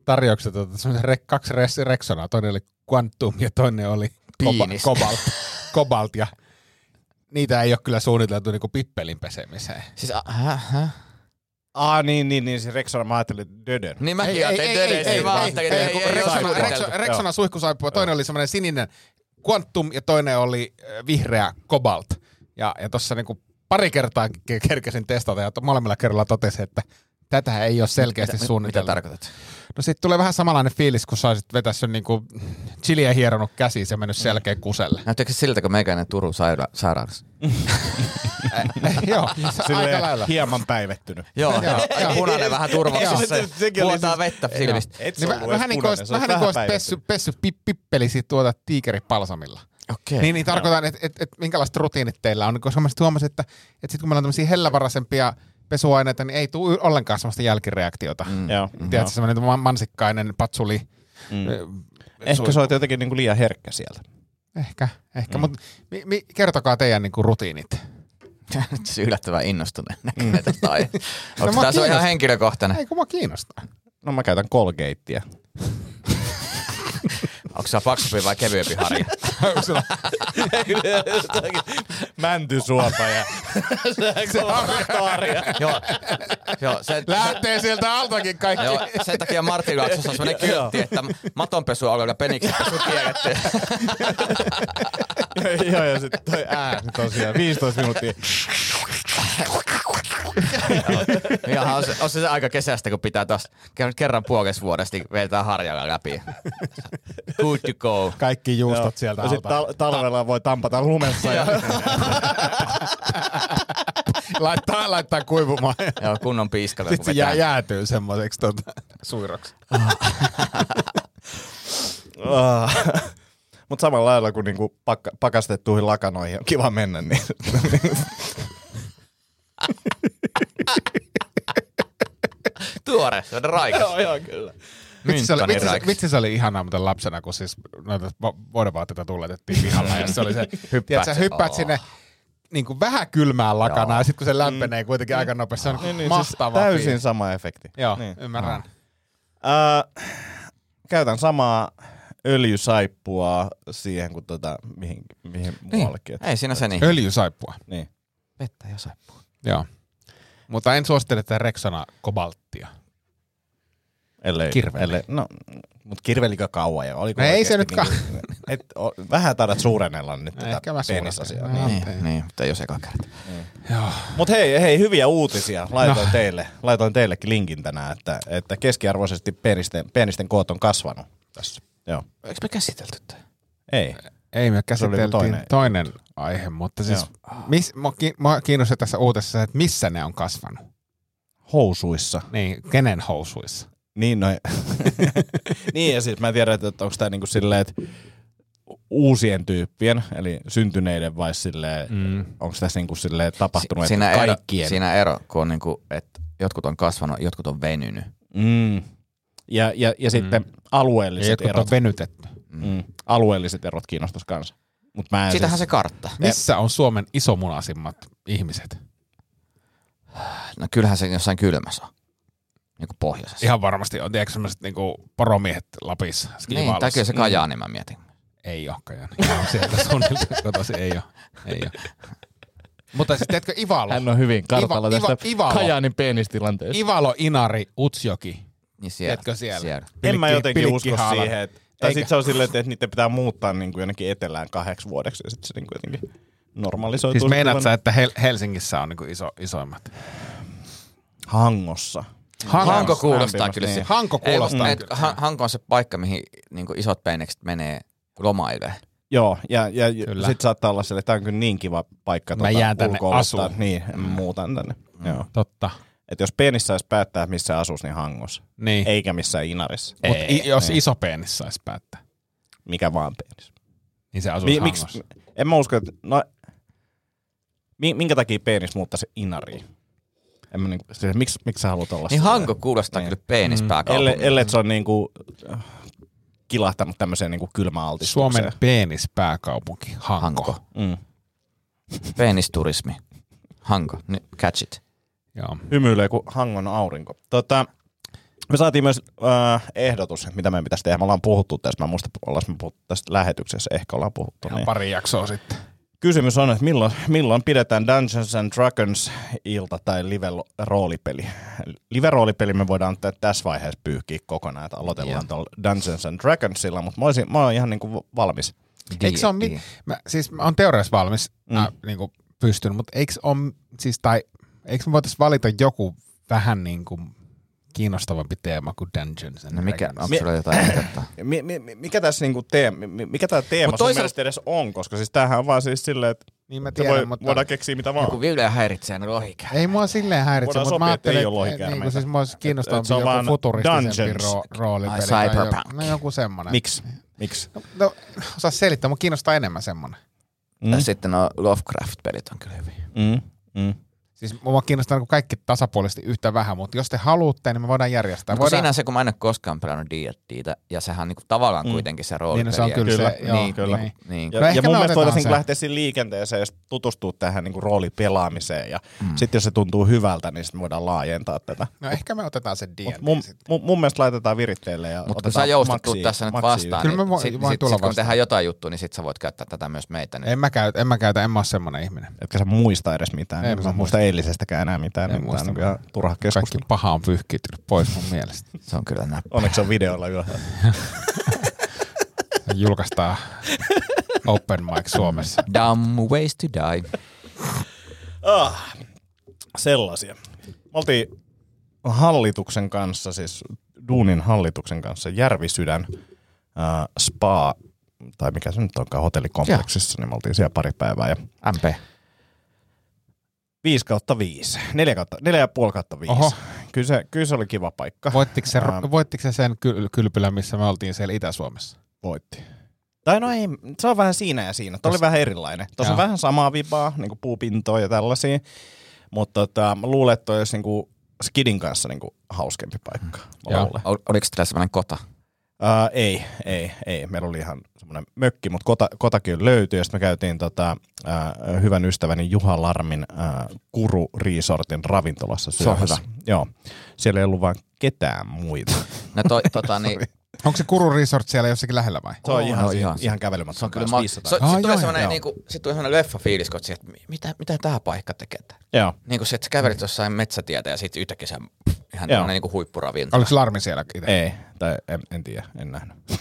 S5: tarjouksesta tuota, semmosen re, kaksi res, reksonaa. Toinen oli Quantum ja toinen oli
S4: Piinis.
S5: kobalt, kobalt ja niitä ei ole kyllä suunniteltu niinku pippelin pesemiseen.
S4: Siis, a- häh, häh?
S6: Aa, niin, niin, niin. Siis Rexona mä ajattelin döden.
S4: Niin mäkin
S5: Ei, ei,
S4: ajattelin,
S5: ei, ei,
S4: että edes,
S5: ei,
S4: niin mä
S5: ei,
S4: ajattelin,
S5: ei,
S4: että
S5: kun
S4: ei, ei,
S5: Rexona-
S4: ei,
S5: Rexo- Rexona suihkusaippua, toinen oli semmoinen sininen Quantum ja toinen oli äh, vihreä Cobalt. Ja, ja tuossa niinku pari kertaa ke- kerkesin testata ja to- molemmilla kerralla totesin, että tätä ei ole selkeästi
S4: Mitä- Mitä
S5: suunniteltu.
S4: tarkoitat?
S5: no sitten tulee vähän samanlainen fiilis, kun saisit vetää sen niinku chiliä hieronut käsiin ja mennyt selkeä kuselle.
S4: Näyttääkö se siltä, kun meikäinen Turun saira- sairaalassa?
S5: Joo, aika
S6: Silleen
S5: lailla.
S6: hieman päivettynyt.
S4: Joo,
S5: Joo, joo.
S4: punainen vähän turvoksissa.
S6: Joo. Sekin oli
S4: Vuotaa
S6: siis-
S4: vettä silmistä.
S6: Et
S5: Niin, vä-
S6: se ollut edes
S5: vähän niin kuin
S6: punainen,
S5: olisi
S6: se oli
S5: vähän niin kuin olisi
S6: päivettynyt.
S5: pessy, pessy pip, pippelisi tuota tiikeripalsamilla.
S4: Okei.
S5: Niin, niin tarkoitan, että et, et, minkälaiset rutiinit teillä on, koska mä sit huomasin, että et sit kun meillä on tämmöisiä hellävaraisempia pesuaineita, niin ei tule ollenkaan semmoista jälkireaktiota. Mm.
S6: Joo.
S5: Tiedätkö, semmoinen ma- mansikkainen patsuli. Mm.
S6: Ehkä se on jotenkin niinku liian herkkä sieltä.
S5: Ehkä, ehkä. Mm. Mutta mi, mi, kertokaa teidän niinku rutiinit.
S4: Nyt se yllättävän innostuneen näköinen tästä aiheesta. Onko
S5: mua
S4: tämä sun ihan
S5: kiinnostaa.
S4: henkilökohtainen?
S5: Ei kun mua kiinnostaa.
S6: No mä käytän Colgatea.
S4: Onko se paksumpi vai kevyempi harja?
S6: Mäntysuopa ja
S5: Se
S6: tarja.
S4: joo. joo, sen,
S5: lähtee sieltä altakin kaikki.
S4: joo, sen takia Martin Laaksossa on sellainen kyltti, että matonpesu alueella penikset pesu kielletty.
S6: Joo, ja sitten toi ääni tosiaan. 15 minuuttia.
S4: Ja on, se, on se, se aika kesästä, kun pitää taas ker- kerran puolessa vuodesta niin vetää harjalla läpi. Good to go.
S5: Kaikki juustot sieltä
S6: Ja sitten
S5: alta.
S6: tal- talvella voi tampata lumessa. Ja
S5: laittaa, laittaa kuivumaan ja
S4: Joo, kunnon piiskalla.
S5: sitten se jää, jäätyy semmoiseksi tota, suiraksi.
S6: Mutta Ah. samalla lailla kuin niinku pakka, pakastettuihin lakanoihin on kiva mennä, niin
S4: Tuore, se on raikas.
S6: joo, kyllä.
S5: Vitsi se, oli,
S4: Mynttonen
S5: vitsi, se,
S4: raikas.
S5: vitsi se oli ihanaa muuten lapsena, kun siis noita vo- vuodenvaatteita tuuletettiin pihalla. ja se oli se,
S4: Hyppäät
S5: tiedät, sä
S4: se-
S5: hyppäät
S4: oh.
S5: sinne niin kuin vähän kylmään lakanaan,
S4: Joo.
S5: ja sitten kun se lämpenee kuitenkin aika nopeasti, se on
S6: Niin,
S5: Mm. niin,
S6: niin, siis
S5: mahtava
S6: täysin
S5: fiilis.
S6: sama efekti.
S5: Joo,
S6: Niin.
S5: niin. ymmärrän.
S6: Äh, käytän samaa öljysaippua siihen kuin tota, mihin, mihin muuallekin.
S4: Ei siinä se niin.
S5: Öljysaippua.
S6: Niin.
S4: Vettä ja saippua.
S5: Joo. Mutta en suosittele tätä Rexona kobalttia.
S6: Ellei,
S5: Kirveli.
S6: Ellei, no, mut kirvelikö kauan ja oliko
S5: No ei
S6: oikeesti
S5: se nyt
S6: niinku, et, o, vähän taidat suurennella nyt
S5: Ehkä
S6: tätä
S5: mä
S6: penisasiaa.
S5: suurennan.
S6: Niin.
S4: Niin,
S5: Okei.
S4: niin, mutta jos eka kerta.
S6: Mut hei, hei, hyviä uutisia. Laitoin, no. teille, laitoin teillekin linkin tänään, että, että keskiarvoisesti penisten, penisten koot on kasvanut tässä. Joo.
S4: Eikö me käsitelty tää?
S6: Ei.
S5: Ei, me
S6: Se oli joku
S5: käsiteltiin toinen.
S6: toinen.
S5: toinen aihe, mutta siis mis, mua, ki, mua kiinnostaa tässä uutisessa, että missä ne on kasvanut.
S6: Housuissa.
S5: Niin, kenen housuissa?
S6: Niin, no. niin, ja siis mä tiedän, että onko tämä niinku silleen, että uusien tyyppien, eli syntyneiden vai silleen, mm. onko tässä niinku silleen tapahtunut,
S4: siinä,
S6: että
S4: ero,
S6: kaikkien.
S4: siinä ero, kun on niinku, että jotkut on kasvanut, jotkut on venynyt.
S6: Mm. Ja, ja, ja sitten
S5: Ja
S6: alueelliset
S5: jotkut
S6: erot.
S5: on venytetty.
S6: Mm. Alueelliset erot kiinnostaisi kanssa. Mut mä en
S4: Sitähän
S6: siis,
S4: se kartta.
S5: Missä on Suomen isomunasimmat ihmiset?
S4: No kyllähän se jossain kylmässä on. Niinku pohjoisessa.
S5: Ihan varmasti on, tiedätkö semmoiset niinku poromiehet Lapissa,
S4: niin, tai
S5: skivaalassa.
S4: kyllä se kajaa, niin mä mietin.
S5: Ei ole Kajani. on sieltä suunnilta kotosi, ei ole. Ei ole. Mutta siis teetkö Ivalo?
S7: Hän on hyvin kartalla
S5: Iva- Iva-
S7: tästä
S5: Ivalo.
S7: Kajaanin penistilanteesta.
S5: Ivalo, Inari, Utsjoki.
S4: Niin siellä.
S5: Tiedätkö siellä?
S4: siellä.
S6: en mä
S5: Pilkki-
S6: jotenkin usko
S5: pilkkihaala.
S6: siihen, että tai
S5: Eikä. Siis
S6: sit se on silleen, että niitä pitää muuttaa niinku jonnekin etelään kahdeksi vuodeksi ja sitten se niinku jotenkin normalisoituu.
S5: Siis
S6: se
S5: meinaat
S6: tilanne.
S5: sä, että Hel- Helsingissä on niinku iso, isoimmat?
S6: Hangossa.
S5: Hanko,
S4: Hanko kuulostaa
S6: lämpimästi,
S4: kyllä.
S6: niin.
S4: Niin.
S5: Hanko kuulostaa
S4: Ei,
S5: kyllä.
S4: kyllä. Hanko on se paikka, mihin niin isot peinekset menee lomaille.
S6: Joo, ja, ja
S5: Kyllä.
S6: sitten saattaa olla sille, että tämä on kyllä niin kiva paikka
S5: Mä jään tänne
S6: ulkoiluttaa.
S5: asuun.
S6: Niin, mm. muutan tänne. Mm. Joo.
S5: Totta.
S6: Et jos peenissä saisi päättää, missä asuisi, niin hangossa.
S5: Niin.
S6: Eikä missään inarissa.
S5: Mut i- jos iso peenis saisi päättää,
S6: Mikä vaan peenis.
S5: niin se asuisi
S6: Mi-
S5: Mi-
S6: miksi? En mä usko, että... No, mi- minkä takia peenis muuttaisi inariin? En mä niinku, siis, miksi, miksi sä haluat olla
S4: Niin
S6: siellä?
S4: Hanko kuulostaa
S6: Niin.
S4: kyllä penispääkaupungilta.
S6: Elle, ellei se on niinku äh, kilahtanut tämmöiseen niinku kylmäaltistukseen.
S5: Suomen penispääkaupunki, Hanko.
S4: Hanko.
S5: Hanko.
S6: Mm.
S4: Penisturismi. Hanko. Nyt catch it.
S5: Joo.
S6: hymyilee kuin hangon aurinko. Tota, me saatiin myös äh, ehdotus, mitä meidän pitäisi tehdä. Me ollaan puhuttu tästä, mä muista, ollaan me puhuttu tästä lähetyksessä, ehkä ollaan puhuttu. Niin.
S5: Pari jaksoa sitten.
S6: Kysymys on, että milloin, milloin pidetään Dungeons and Dragons ilta tai live-roolipeli? Live-roolipeli me voidaan tä- tässä vaiheessa pyyhkiä kokonaan, että aloitellaan tuolla Dungeons and Dragonsilla, mutta mä, olisin, mä oon ihan niinku valmis.
S5: Eikö se ole,
S4: D&D.
S5: mit- mä, siis mä oon teoriassa valmis, mm. äh, niin kuin pystyn, mutta eikö on, siis tai, eikö me voitais valita joku vähän niin kuin kiinnostavampi teema kuin Dungeons and
S4: No mikä,
S5: Dragons?
S4: onko sulla jotain ehdottaa?
S6: Mi- mi- mi- mikä tässä niinku teema, mi- mikä tämä teema
S4: Mut
S6: sun
S4: toisaalta-
S6: mielestä edes on? Koska siis tämähän on vaan siis silleen, että
S5: Niin mä
S6: se
S5: tiedän,
S6: voi,
S5: mutta...
S6: voidaan keksiä mitä
S5: Oh.
S6: vaan.
S4: Kun Ville häiritsee, niin lohikä.
S5: Ei mua silleen häiritse,
S6: Voidaan
S5: mutta
S6: sopia,
S5: mä
S6: että ei
S5: ajattelin,
S6: ole
S5: että
S6: lohikäärmeitä.
S5: niin kuin siis mua olisi
S6: et se
S5: kiinnostavampi
S6: on
S5: joku
S6: vaan
S5: futuristisempi
S6: Dungeons.
S5: ro- roolipeli.
S4: Ai,
S5: tai
S4: cyberpunk.
S5: joku, no joku semmonen.
S6: Miksi? Miksi?
S5: No, osaa selittää, mua kiinnostaa enemmän semmonen.
S4: Mm. Sitten no Lovecraft-pelit on kyllä hyviä.
S6: Mm. Mm.
S5: Siis mua kiinnostaa niin kaikki tasapuolisesti yhtä vähän, mutta jos te haluatte, niin me voidaan järjestää.
S4: Mut kun siinä on se, kun mä en ole koskaan pelannut D&Dtä, ja sehän on niinku tavallaan
S6: Mm.
S4: mm. kuitenkin se
S5: niin
S4: roolipeli.
S5: no, se on kyllä,
S6: Kyllä.
S5: se, joo,
S4: Niin,
S6: kyllä.
S5: Niin.
S4: Niin.
S6: Ja,
S5: No
S6: no
S5: ehkä
S6: ja
S5: me
S6: mun mielestä
S5: otetaan
S6: voitaisiin
S5: se.
S6: niinku lähteä siihen liikenteeseen, jos tutustuu tähän niinku roolipelaamiseen. Ja mm. sitten jos se tuntuu hyvältä, niin sitten voidaan laajentaa tätä.
S5: No ehkä me otetaan se D&D
S6: Mut mun,
S5: sitten.
S6: mun, mun mielestä laitetaan viritteille ja
S4: Mutta kun
S6: otetaan
S4: sä joustat tuut
S6: maksiin-
S4: tässä nyt
S6: maksiin
S4: vastaan,
S5: Kyllä mä
S4: niin
S5: voin-
S4: sit,
S5: voin
S4: sit,
S5: tulla
S4: sit, kun
S5: vastaan.
S4: tehdään jotain juttua, niin sit sä voit käyttää tätä myös meitä. Niin.
S5: En mä, käytä, en mä käytä, en mä oo semmonen ihminen.
S6: Etkä sä muista edes mitään.
S5: En
S6: En
S5: mä
S6: mä muista eilisestäkään enää mitään.
S5: En
S6: En niin
S5: muista
S6: muista. Niin ihan turha
S5: Kaikki
S6: keskustelu.
S5: paha on pyyhkiytynyt pois mun mielestä. niin
S4: Se on kyllä näppä.
S6: Onneksi on videolla ylhäällä.
S5: Me Julkaistaan Open Mic Suomessa.
S4: Dumb ways to die.
S6: Sellaisia. Ah, Me oltiin hallituksen kanssa, siis Duunin hallituksen kanssa, Järvisydän äh, spa, tai mikä se nyt onkaan, hotellikompleksissa, niin me oltiin siellä pari päivää. Ja
S4: MP.
S6: 5 kautta 5. 4, kautta, 4 ja puoli kautta 5.
S5: Oho.
S6: Kyllä se, kyllä se oli kiva paikka.
S5: Voittiko se,
S6: Ähm.
S5: voittiko se sen kyl, kylpylän, missä me oltiin siellä Itä-Suomessa?
S6: voitti. Tai no ei, se on vähän siinä ja siinä. Tuo oli vähän erilainen. Tuossa on
S5: Joo.
S6: vähän samaa vipaa, niin kuin puupintoa ja tällaisia. Mutta tota, mä luulen, että toi olisi niin kuin skidin kanssa niin kuin hauskempi paikka. Mä
S4: Mm.
S5: Joo.
S6: luulen.
S4: Ol- Oliko teillä sellainen kota?
S6: Ää, ei, ei, ei. Meillä oli ihan semmoinen mökki, mutta kota, kotakin löytyi. Ja sitten me käytiin tota, ää, hyvän ystäväni Juha Larmin ää, Kuru Resortin ravintolassa
S4: Se on
S6: syömässä. Joo. Siellä ei ollut vaan ketään muita.
S4: No toi, tota, niin,
S5: Onko se Kuru Resort siellä jossakin lähellä vai?
S6: Se on
S4: Oh,
S6: ihan,
S4: no
S6: no,
S4: ihan
S6: ihan,
S4: se-
S6: ihan kävelemättä.
S4: se on kyllä...
S6: kanssa
S4: Ma- se,
S6: 500.
S4: sit
S5: Ai,
S4: tulee
S5: ai,
S4: semmoinen,
S6: joo.
S4: niinku, sit tulee semmoinen leffafiilis, kun oot siellä, että mi- mitä, mitä tää paikka tekee? tää?
S6: Joo.
S4: Niin kuin se, että sä kävelit jossain metsätietä ja sitten yhtäkkiä se on ihan
S6: Joo.
S4: tämmöinen niinku huippuravinto.
S5: Oliko Larmi siellä itse?
S6: Ei, tai en, en tiedä, en nähnyt.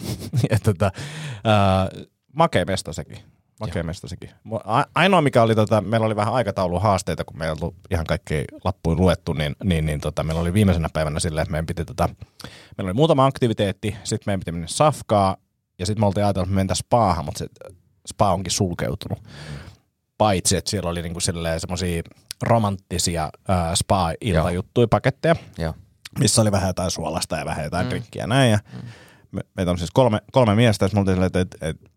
S6: Ja tota, äh, makea mesta sekin. Makea mesta sekin. Mu- a- Ainoa mikä oli, tota, meillä oli vähän aikatauluhaasteita, kun meillä ei ollut ihan kaikki lappuja luettu, niin, niin, niin tota, meillä oli viimeisenä päivänä silleen, että meidän piti, tota, meillä oli muutama aktiviteetti, sitten meidän piti mennä safkaa, ja sitten me oltiin ajatellut, että me mentäisiin spaahan, mutta se spa onkin sulkeutunut. Paitsi, että siellä oli niinku semmoisia romanttisia äh, spa-iltajuttuja, paketteja
S4: Joo.
S6: missä oli vähän jotain suolasta ja vähän jotain mm. drinkkiä näin. Ja me, meitä on siis kolme, kolme miestä, ja sitten me oltiin silleen, että, että, että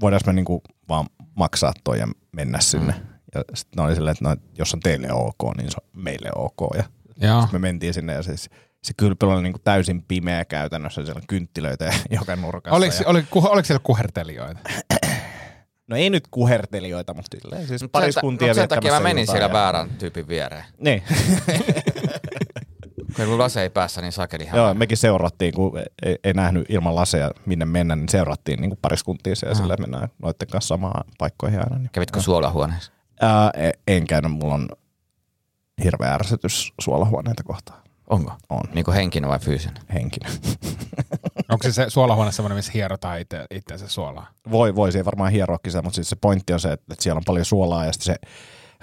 S6: voidaanko me niinku vaan maksaa toi ja mennä
S4: Mm.
S6: sinne. Ja sitten ne oli silleen, että no, että jos on teille ok, niin se on meille ok. Ja
S5: Joo.
S6: me mentiin sinne ja siis se kylpylä oli niinku täysin pimeä käytännössä, siellä on kynttilöitä joka nurkassa.
S5: Oliko,
S6: ja,
S5: oli, ku- oliko siellä kuhertelijoita?
S6: no ei nyt kuhertelijoita, mutta silleen, siis
S4: Mut sen,
S6: pariskuntia
S4: ta- mut sen takia mä
S6: viettämässä
S4: menin
S6: iltaa
S4: siellä
S6: ja-
S4: väärän tyypin viereen.
S6: Niin,
S4: Kun mulla lase ei päässä, niin sakeli ihan.
S6: Joo, mekin seurattiin, kun ei, ei nähnyt ilman laseja minne mennä, niin seurattiin niin pariskuntia siellä, ja sillä mennään noiden kanssa samaan paikkoihin aina. Niin.
S4: Kävitkö suolahuoneessa?
S6: Ää, e- en käynyt, mulla on hirveä ärsytys suolahuoneita kohtaan.
S4: Onko?
S6: On
S4: Niin kuin henkinen vai fyysinen?
S6: henkinen.
S5: Onko se, se suolahuone semmoinen, missä hierotaan itse, itseänsä suolaa?
S6: Voi, voi siihen varmaan hieroakin sitä, mutta siis se pointti on se, että, että siellä on paljon suolaa ja sitten se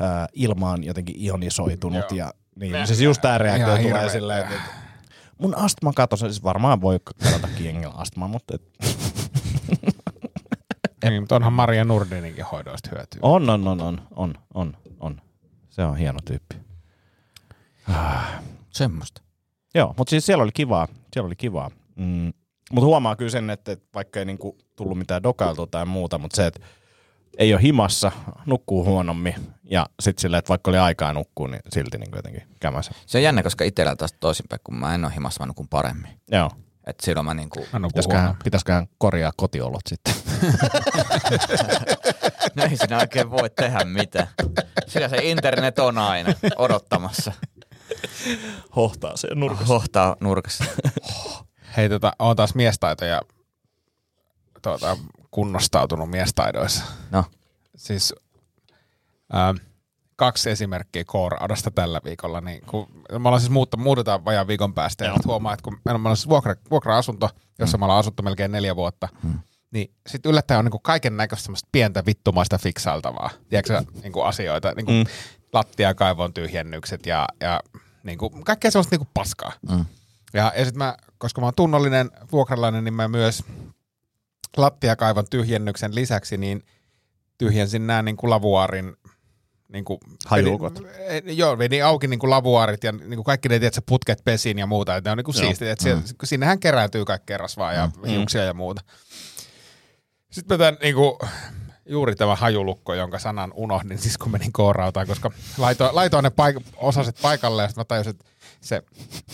S6: ää, ilma on jotenkin ionisoitunut
S5: Joo.
S6: ja niin, siis just tämä reaktio
S5: Ihan
S6: tulee
S5: hirveä.
S6: silleen, että, että mun astma katosi, siis varmaan voi kadota jengillä astmaa, mutta et,
S5: Niin, mutta onhan Maria Nurdininkin hoidoista hyötyä.
S6: On, on, on, on, on, on, on. Se on hieno tyyppi.
S4: Semmosta.
S6: Joo, mutta siis siellä oli kivaa. Siellä oli kivaa. Mm. Mutta huomaa kyllä sen, että että vaikka ei niinku tullut mitään dokailtua tai muuta, mutta se, että ei ole himassa, nukkuu huonommin ja sitten silleen, että vaikka oli aikaa nukkuu, niin silti niinku jotenkin kämässä.
S4: Se on jännä, koska itsellä taas toisinpäin, kun mä en ole himas, mä nukun paremmin.
S6: Joo.
S4: Et silloin mä niinku...
S5: Mä nukun
S6: Pitäisköhän,
S5: huomenna.
S6: pitäisköhän korjaa kotiolot sitten.
S4: No ei sinä oikein voi tehdä mitään. Sillä se internet on aina odottamassa.
S6: Hohtaa se nurkassa.
S4: Hohtaa nurkassa.
S5: Hei, tota, on taas miestaitoja tuota, kunnostautunut miestaidoissa.
S4: No.
S5: Siis ähm, kaksi esimerkkiä K-raudasta tällä viikolla. Niin kun, me ollaan siis muutta, muutetaan vajaan viikon päästä. Ja sit huomaa, että kun meillä on- meillä on siis vuokra, vuokra-asunto, jossa me ollaan asuttu melkein neljä vuotta, niin sitten yllättäen on niinku kaiken näköistä semmoista pientä vittumaista fiksailtavaa. Tiedätkö sä, niinku asioita, niinku mm. lattiakaivon tyhjennykset ja, ja niinku, kaikkea semmoista niinku paskaa.
S4: Mm.
S5: Ja, ja sitten mä, koska mä oon tunnollinen vuokralainen, niin mä myös lattiakaivon tyhjennyksen lisäksi niin tyhjensin nämä niin kuin lavuaarin niin kuin,
S6: Hajuukot.
S5: Vedin, joo, vedin auki niin kuin lavuaarit ja niin kuin kaikki ne tiedätkö, putket pesiin ja muuta. Että ne on niin kuin siistiä. Että mm. Sinnehän kerääntyy kaikkea rasvaa ja mm. hiuksia ja muuta. Sitten mä tämän niin kuin, juuri tämä hajulukko, jonka sanan unohdin, siis kun menin koorautaan, koska laitoin, laitoin ne paik- osaset paikalle ja sitten mä tajusin, että se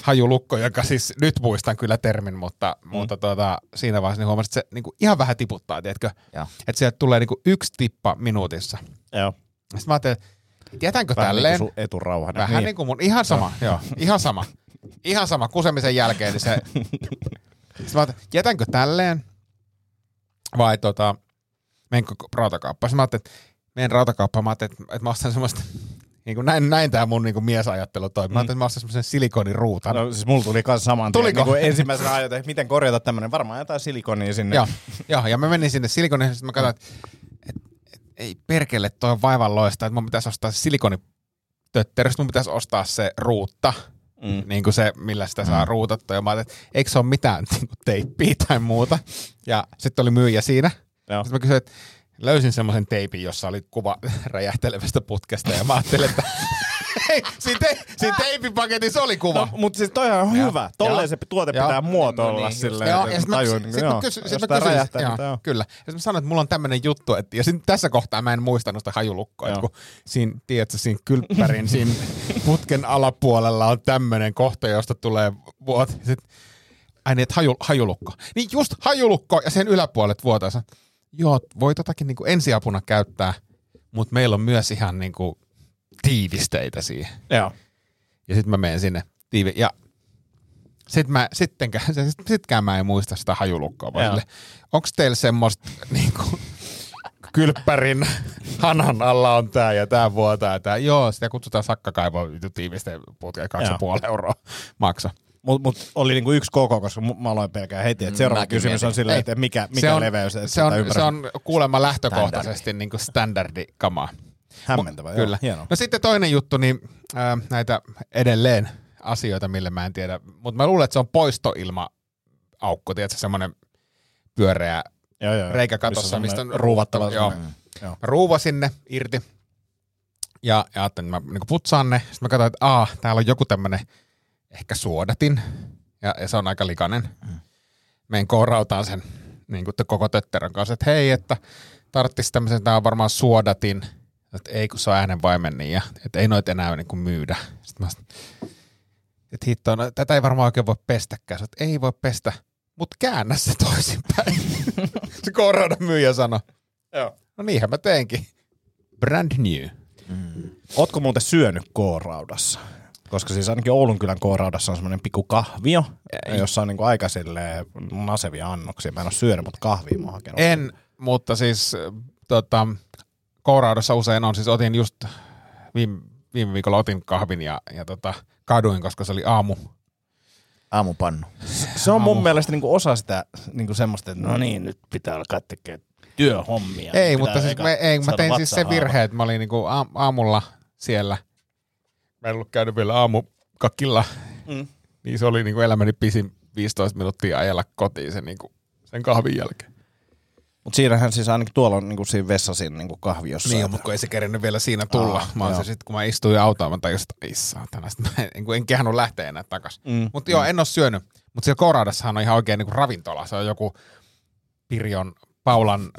S5: hajulukko, joka siis nyt muistan kyllä termin, mutta, mm. mutta tuota, siinä vaiheessa niin huomasin, että se niin kuin ihan vähän tiputtaa, tiedätkö?
S4: Joo.
S5: Että sieltä tulee niin kuin yksi tippa minuutissa.
S6: Joo.
S5: Sitten mä ajattelin, että jätänkö
S6: Vähän
S5: tälleen?
S6: niin kuin sun eturauhanen.
S5: Vähän niinku niin. niin kuin mun, ihan sama, joo, ihan sama. Ihan sama, kusemisen jälkeen, niin se... Sitten mä ajattelin, jätänkö tälleen vai tota, menenkö rautakauppaan. Sitten mä ajattelin, että menen rautakauppaan, mä ajattelin, että, että mä ostan semmoista, niin kuin näin, näin tää mun niin kuin miesajattelu toimii. Mä ajattelin, että mä ostan semmoisen silikoniruutan.
S6: No siis mulla tuli kanssa saman tien.
S5: Tuliko?
S6: Niin kuin ensimmäisenä ajoita, että miten korjata tämmönen, varmaan jotain silikonia sinne.
S5: Joo, joo, ja mä menin sinne silikoniin, sitten mä katsoin, että et, et, ei perkele, toi on vaivan loista, että mun pitäisi ostaa se silikonitötteröstä, mun pitäisi ostaa se ruutta, mm. niin kuin se, millä sitä
S6: Mm.
S5: saa ruutattua, ja mä ajattelin, että eikö se niinku, ole mitään niin kuin teippiä tai muuta, ja sitten oli myyjä siinä,
S6: Joo.
S5: sitten mä kysyin, että löysin semmoisen teipin, jossa oli kuva räjähtelevästä putkesta ja mä ajattelin, että Hei, siinä, te, siinä teipipaketissa oli kuva.
S6: No, mutta siis toihan on
S5: Joo.
S6: hyvä. Tolleen se tuote
S5: Joo.
S6: pitää muotoilla
S4: No niin, just.
S6: silleen,
S5: joo,
S6: että
S5: ja sit mä,
S6: tajun,
S5: sit,
S6: niin
S5: sit
S6: joo,
S5: mä kysyin, sit
S6: jos
S5: mä
S6: tää
S5: kysyin,
S6: räjähtää, niin tää
S5: joo,
S6: on.
S5: kyllä. Ja sit mä sanoin, että mulla on tämmönen juttu, että, ja sit tässä kohtaa mä en muistanut sitä hajulukkoa, että
S6: Joo.
S5: kun siinä, tiedätkö, siinä kylppärin, siinä putken alapuolella on tämmönen kohta, josta tulee vuot, ja sit, ai niin, että haju, hajulukko. Niin just hajulukko ja sen yläpuolet vuotaansa. Joo, voi totakin niinku ensiapuna käyttää, mutta meillä on myös ihan niinku tiivisteitä siihen.
S6: Joo.
S5: Ja sitten mä menen sinne tiivi. Ja sit mä, sittenkään, se- sit- sitkään mä en muista sitä hajulukkoa.
S6: Joo.
S5: Vaan onko teillä semmoista niinku, kylppärin hanan alla on tää ja tää vuotaa ja tää. Joo, sitä kutsutaan sakkakaivo tiivisten putkeen kaksi ja
S6: Joo.
S5: puoli euroa maksa.
S6: Mut, mut oli niinku yksi koko, koska mu- mä aloin pelkää heti,
S5: Mm,
S6: että seuraava
S4: Mäkin
S6: kysymys on
S4: mietin.
S6: silleen, että mikä, mikä
S5: se on,
S6: leveys.
S5: se on, se on kuulemma lähtökohtaisesti niinku standardikamaa.
S6: hämmentävä.
S5: Mu- Kyllä.
S6: Hienoa.
S5: No sitten toinen juttu, niin äh, näitä edelleen asioita, mille mä en tiedä, mutta mä luulen, että se on poistoilma-aukko, tiedätkö, semmoinen pyöreä
S6: Joo, joo.
S5: reikä katossa, mistä on
S6: semmonen ruuvattava. Mm.
S5: Joo.
S6: semmonen- Joo.
S5: ruuva sinne irti. Ja, ja ajattelin, että mä niin putsaan ne. Sitten mä katsoin, että aah, täällä on joku tämmönen ehkä suodatin. Ja, ja se on aika likainen. Menen kourautaan sen niin kuin koko tötterön kanssa, että hei, että tarttis tämmöisen, tää on varmaan suodatin. Että ei, kun se on äänenvaimen niin, ja että ei noita enää niin kuin myydä. Sitten mä sanoin, että hitto, no, tätä ei varmaan oikein voi pestäkään. Sä, että ei voi pestä, mutta käännä se toisinpäin. se kouraudan myyjä sanoi. No niinhän mä teinkin. Brand new.
S6: Ootko muuten syönyt K-raudassa? Koska siis ainakin Oulun kylän K-raudassa on semmoinen pikku kahvio, jossa on niinku aika silleen nasevia annoksia. Mä en ole syönyt, mutta kahvia mä oon hakenut.
S5: En, mutta siis äh, tota, Kouraudossa usein on, siis otin just viime, viime viikolla otin kahvin ja, ja tota, kaduin, koska se oli aamu.
S4: Aamupannu.
S6: Se on mun mielestä niinku osa sitä niinku semmoista, että no niin, nyt pitää alkaa tekemään työhommia.
S5: ei,
S6: Pitää
S5: mutta siis
S6: eka
S5: mä, ei, mä
S6: saada
S5: tein siis sen
S6: vatsahaava.
S5: virheen, että mä olin niinku aam- aamulla siellä. Mä en ollut käynyt vielä aamukakilla. Mm.
S6: Mm.
S5: Niin se oli niinku elämäni pisin 15 minuuttia ajella kotiin sen, niinku, sen kahvin jälkeen.
S6: Mutta siinähän siis ainakin tuolla on niinku siinä vessasin niinku kahviossa.
S5: Niin, on, mutta kun ei se kerennyt vielä siinä tulla.
S6: Aa,
S5: mä oon se
S6: Ah, joo.
S5: sit, kun mä istuin autoon, mä tajusin, että ei saatana, sit mä en, en, en kehannut lähteä enää takas. Mm.
S6: Mm.
S5: Mutta joo, en oo syönyt. Mutta siellä Koradassahan on ihan oikein niinku ravintola. Se on joku Pirjon Paulan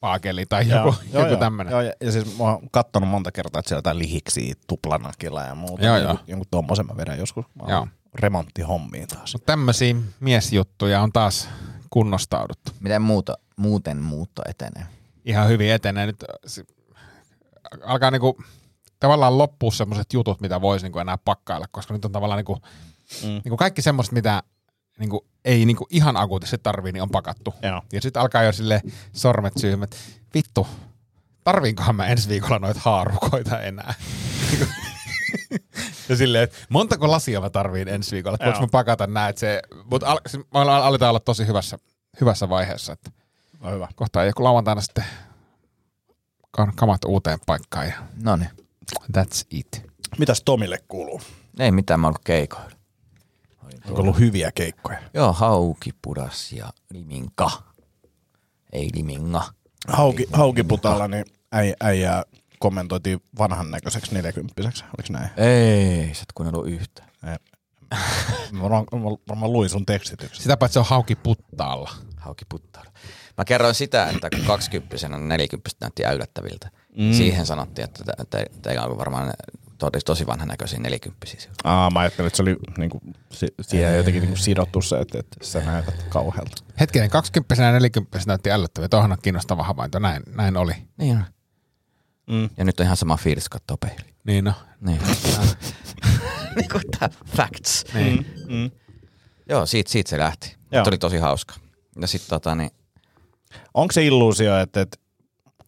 S5: paakeli tai joku, joo, joku
S6: joo,
S5: tämmönen.
S6: Joo, ja, ja siis mä oon kattonut monta kertaa, että siellä on jotain lihiksi tuplanakilla ja muuta.
S5: Joo,
S6: jonkun,
S5: joo.
S6: jonkun tommosen mä vedän joskus. Mä
S5: Joo.
S6: joo. remonttihommiin taas.
S5: Mutta tämmöisiä miesjuttuja on taas kunnostauduttu.
S4: Miten muuta, muuten muutto etenee?
S5: Ihan hyvin etenee nyt. äh, se- Alkaa niinku tavallaan loppua semmoiset jutut, mitä voisi niinku enää pakkailla, koska nyt on tavallaan niinku, mm.
S6: Mm.
S5: niinku kaikki semmoiset, mitä niinku ei niinku ihan akuutisesti tarvii, niin on pakattu.
S6: Joo.
S5: Ja sitten alkaa jo sille sormet syyhmät. Vittu, tarviinkohan mä ensi viikolla noita haarukoita enää? ja silleen, että montako lasia mä tarviin ensi viikolla, että voinko
S6: Joo.
S5: mä pakata nää, että se, mutta al, se- mä al- aletaan olla tosi hyvässä, hyvässä vaiheessa, että
S6: No hyvä.
S5: kohta joku lauantaina sitten kan- kamat uuteen paikkaan ja
S4: No niin.
S5: that's it.
S6: Mitäs Tomille kuuluu?
S4: Ei mitään, mä oon ollut keikoilla.
S6: Onko ollut hyviä keikkoja?
S4: Joo, hauki, pudas ja liminka. Ei liminga.
S6: Hauki, haukiputalla niin äi, äijää kommentoitiin vanhan näköiseksi neljäkymppiseksi. Oliko näin?
S4: Ei, sä et kuunnellut yhtä.
S6: Eh, Mä varmaan, mä varmaan luin sun tekstityksen.
S5: Sitä paitsi on hauki puttaalla.
S4: Hauki puttaudu. Mä kerroin sitä, että kun kaksikymppisenä nelikymppiset näytti äylättäviltä. Mm. Siihen sanottiin, että te, te, teillä on varmaan tosi, tosi vanhan näköisiä nelikymppisiä. siellä.
S6: Aa, mä ajattelin, että se oli niinku, si, siihen jotenkin niinku sidottu se, että, että sä näytät kauhealta.
S5: Hetkinen, 20 ja 40 näytti ällöttäviä. Tuohan on kiinnostava havainto. Näin, näin oli.
S4: Niin on.
S6: Mm.
S4: Ja nyt on ihan sama fiilis, kun katsoo peiliin.
S5: Niin no.
S4: Niin. niin kuin tää facts.
S5: Niin.
S6: Mm.
S4: Joo, siitä, siitä se lähti.
S6: Joo.
S4: Tuli tosi hauska. Ja sitten tota niin,
S6: Onko se illuusio, että, että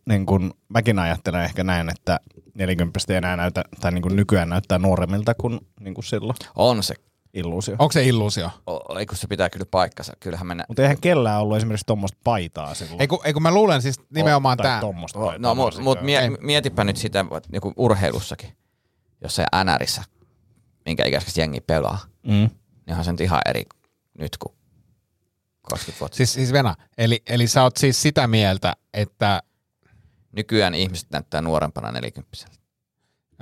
S6: niin kun, mäkin ajattelen ehkä näin, että 40 ei enää näytä, tai niin kun nykyään näyttää nuoremmilta kuin, niin kuin silloin
S4: on se,
S6: illuusio.
S5: Onko se illuusio?
S4: o- ei kun se pitää kyllä paikkansa. Kyllähän me nä-
S6: Mutta eihän kellään ollut esimerkiksi tuommoista paitaa silloin.
S5: Ei kun, ei kun mä luulen siis nimenomaan
S6: Oh, Tai
S5: tämä.
S6: tommosta
S4: No,
S6: paitaa
S4: no mutta
S6: varsinkaan.
S4: mut mie,
S5: Ei.
S4: mietipä nyt sitä joku urheilussakin, jossain NRissä, minkä ikäisesti jengi pelaa.
S6: Mm.
S4: Niin onhan se nyt ihan eri nyt kuin 20 vuotta.
S5: Siis, siis Vena, eli, eli sä oot siis sitä mieltä, että
S4: Nykyään ihmiset näyttää nuorempana nelikymppiseltä.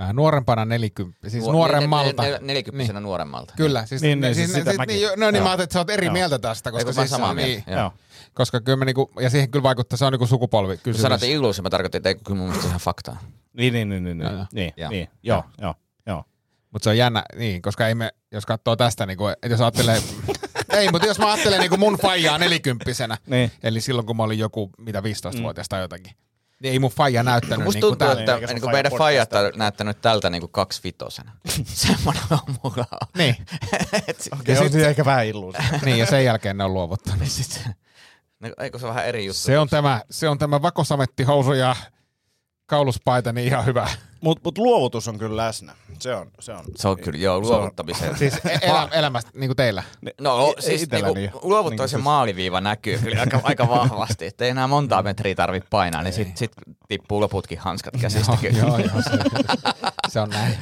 S5: Äh, nuorempana nelikymppä, siis
S4: Nuo-
S5: nuoremmalta.
S4: nel- nel- Nelikymppisenä nuoremmalta.
S5: Kyllä, siis,
S6: Niin, niin,
S5: ne-
S6: siis sitä
S5: ne-
S6: mäkin.
S5: niin, jo- no niin, mä
S6: Joo.
S5: ajattelin, että sä oot eri
S6: Joo.
S5: mieltä tästä,
S4: Ei,
S5: koska
S4: kun mä oon
S5: siis,
S4: samaa
S5: niin,
S4: mieltä. Joo.
S6: Joo.
S5: koska kyllä mä niinku, ja siihen kyllä vaikuttaa, se on niinku
S4: Kun
S5: sukupolvikysymys.
S4: sanoit illuusio, mä tarkoitin, että ei kun kyllä mun mielestä se on ihan faktaa.
S6: Niin, niin, niin, niin, niin,
S5: Joo, joo.
S6: niin,
S4: Joo.
S6: niin, joo, joo, joo.
S5: Mutta se on jännä, niin, koska ei me, jos katsoo tästä, niin kuin, että jos ajattelee, ei, mutta jos mä ajattelen niin kuin mun faijaa nelikymppisenä,
S6: Niin.
S5: eli silloin kun mä olin joku, mitä 15-vuotias tai jotakin, niin ei mun faija näyttänyt
S4: Musta
S5: niin kuin
S4: tuntuu,
S5: tältä.
S4: että
S6: eikä se
S4: niin
S6: ole
S4: kuin meidän
S6: Faija
S4: faijat on näyttänyt tältä niin kuin kaksivitosena. Semmoinen on mulla.
S5: Niin,
S4: Et si-
S6: Okei, on siinä ehkä vähän illuusio.
S5: niin, ja sen jälkeen ne on luovuttanut.
S4: ja sit- No, eikö se ole vähän eri juttu?
S5: Se on tämä, se on tämä vakosamettihousu ja kauluspaita, niin ihan hyvä.
S6: Mut, mut luovutus on kyllä läsnä. Se on, se on.
S4: Se on kyllä, joo, luovuttamiseen.
S5: Siis elä, elämästä, niin kuin teillä.
S4: No
S6: Ei-
S4: siis
S6: itselläni
S4: niinku,
S6: ole.
S4: luovuttamisen maaliviiva näkyy kyllä aika, aika vahvasti, että ei enää montaa metriä tarvitse painaa, niin sitten sit tippuu loputkin hanskat käsistä kyllä.
S5: joo, joo, se, se on näin.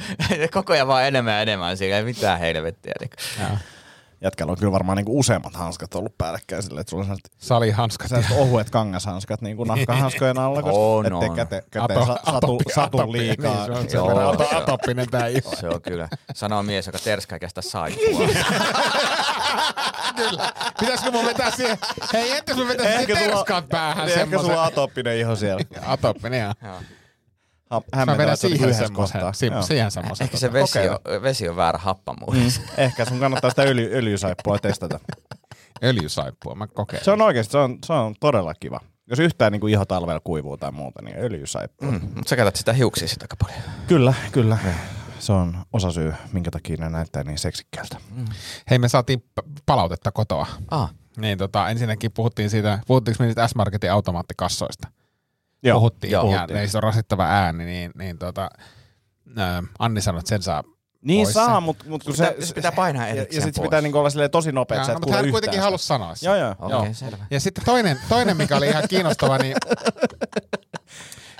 S4: Koko ajan vaan enemmän ja enemmän, siellä ei mitään helvettiä. Niin.
S6: Jätkällä on kyllä varmaan niinku useammat hanskat ollut päällekkäin silleen, että sulla on sellaiset
S5: Salihanskat.
S6: sellaiset ohuet kangashanskat niin kuin nahkahanskojen alla, koska
S4: On,
S6: ettei
S4: on.
S6: käte, käteen sa- satu, satu liikaa.
S5: Niin, se on
S4: Joo,
S5: sen verran
S4: se on.
S5: atopinen tää iho.
S4: Se on kyllä, sanoo mies, joka terskää kestä saippua.
S5: Kyllä. Pitäisikö mun vetää siihen? Hei, entäs mä vetäisin siihen
S6: sulla-
S5: terskan päähän
S6: niin, ehkä
S5: semmoisen?
S6: sulla on atooppinen iho siellä.
S5: Atopinen, joo.
S6: Ha-
S5: Mä
S6: hämmentävät
S5: vedän
S6: se
S5: siihen
S6: yhdessä
S5: semmoisen.
S6: kohtaa. Joo.
S5: Sim- Siihen semmoisen.
S4: Ehkä se vesi on, vesi on väärä happamuudessa.
S6: Ehkä sun kannattaa sitä öljy, öljysaippua testata.
S5: Öljysaippua, mä kokeilen.
S6: Se on oikeasti, se on, se on todella kiva. Jos yhtään niin kuin iho talvella kuivuu tai muuta, niin öljysaippua.
S4: Mm, mutta sä käytät sitä hiuksia sitä aika paljon.
S6: Kyllä, kyllä. Se on osa syy, minkä takia ne näyttää niin seksikkäältä.
S5: Hei, me saatiin p- palautetta kotoa.
S4: Ah,
S5: Niin tota, ensinnäkin puhuttiin siitä, puhuttiinko me niistä S-Marketin automaattikassoista? puhuttiin.
S4: joo,
S5: ja niissä on rasittava ääni, niin, niin tota, ö, Anni sanoi, että sen saa
S6: Niin
S5: pois
S6: saa,
S5: sen.
S6: mutta mut kun
S4: Pitää-
S6: se,
S4: se pitää painaa
S6: ja,
S4: erikseen
S6: ja sit se
S4: pois.
S6: pitää niinku olla silleen tosi nopea, että sä
S5: Jaa,
S6: et
S5: no, mutta
S6: kuule
S5: hän
S6: yhtään
S5: kuitenkin
S6: sitä.
S5: halusi sanoa sen.
S6: Joo, joo.
S4: okei,
S6: joo.
S4: okay, selvä.
S5: Ja sitten toinen, toinen, mikä oli ihan kiinnostava, niin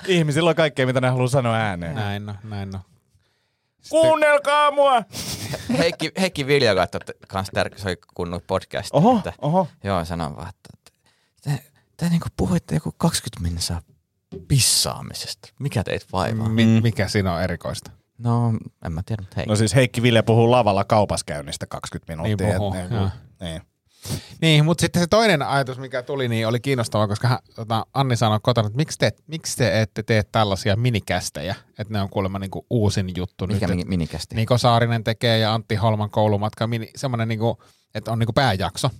S6: Ihmisillä on kaikkea, mitä ne haluaa sanoa ääneen.
S5: näin no, näin no.
S6: Kuunnelkaa mua!
S4: Heikki, Heikki Vilja laittoi t- kans tär- se oli kunnon podcast.
S6: Oho,
S4: että,
S6: oho.
S4: Joo, sanon vaan, että te, te niinku puhuitte joku 20 minsaa pissaamisesta. Mikä teit vaivaa? Mm.
S5: Mi- mikä siinä on erikoista?
S4: No, en mä tiedä, mutta hei.
S6: No siis Heikki Ville puhuu lavalla kaupaskäynnistä 20 minuuttia.
S5: Niin puhuu,
S6: et niinku-
S5: joo.
S6: niin.
S5: Niin, mutta sitten se toinen ajatus, mikä tuli, niin oli kiinnostava, koska hän, tota, Anni sanoi kotona, että miksi te, miksi te ette tee tällaisia minikästejä, että ne on kuulemma niinku uusin juttu
S4: Mikä
S5: nyt.
S4: mi- minikästi? Niin.
S5: Niko Saarinen tekee ja Antti Holman koulumatka, mini, semmoinen, niinku, että on niinku pääjakso.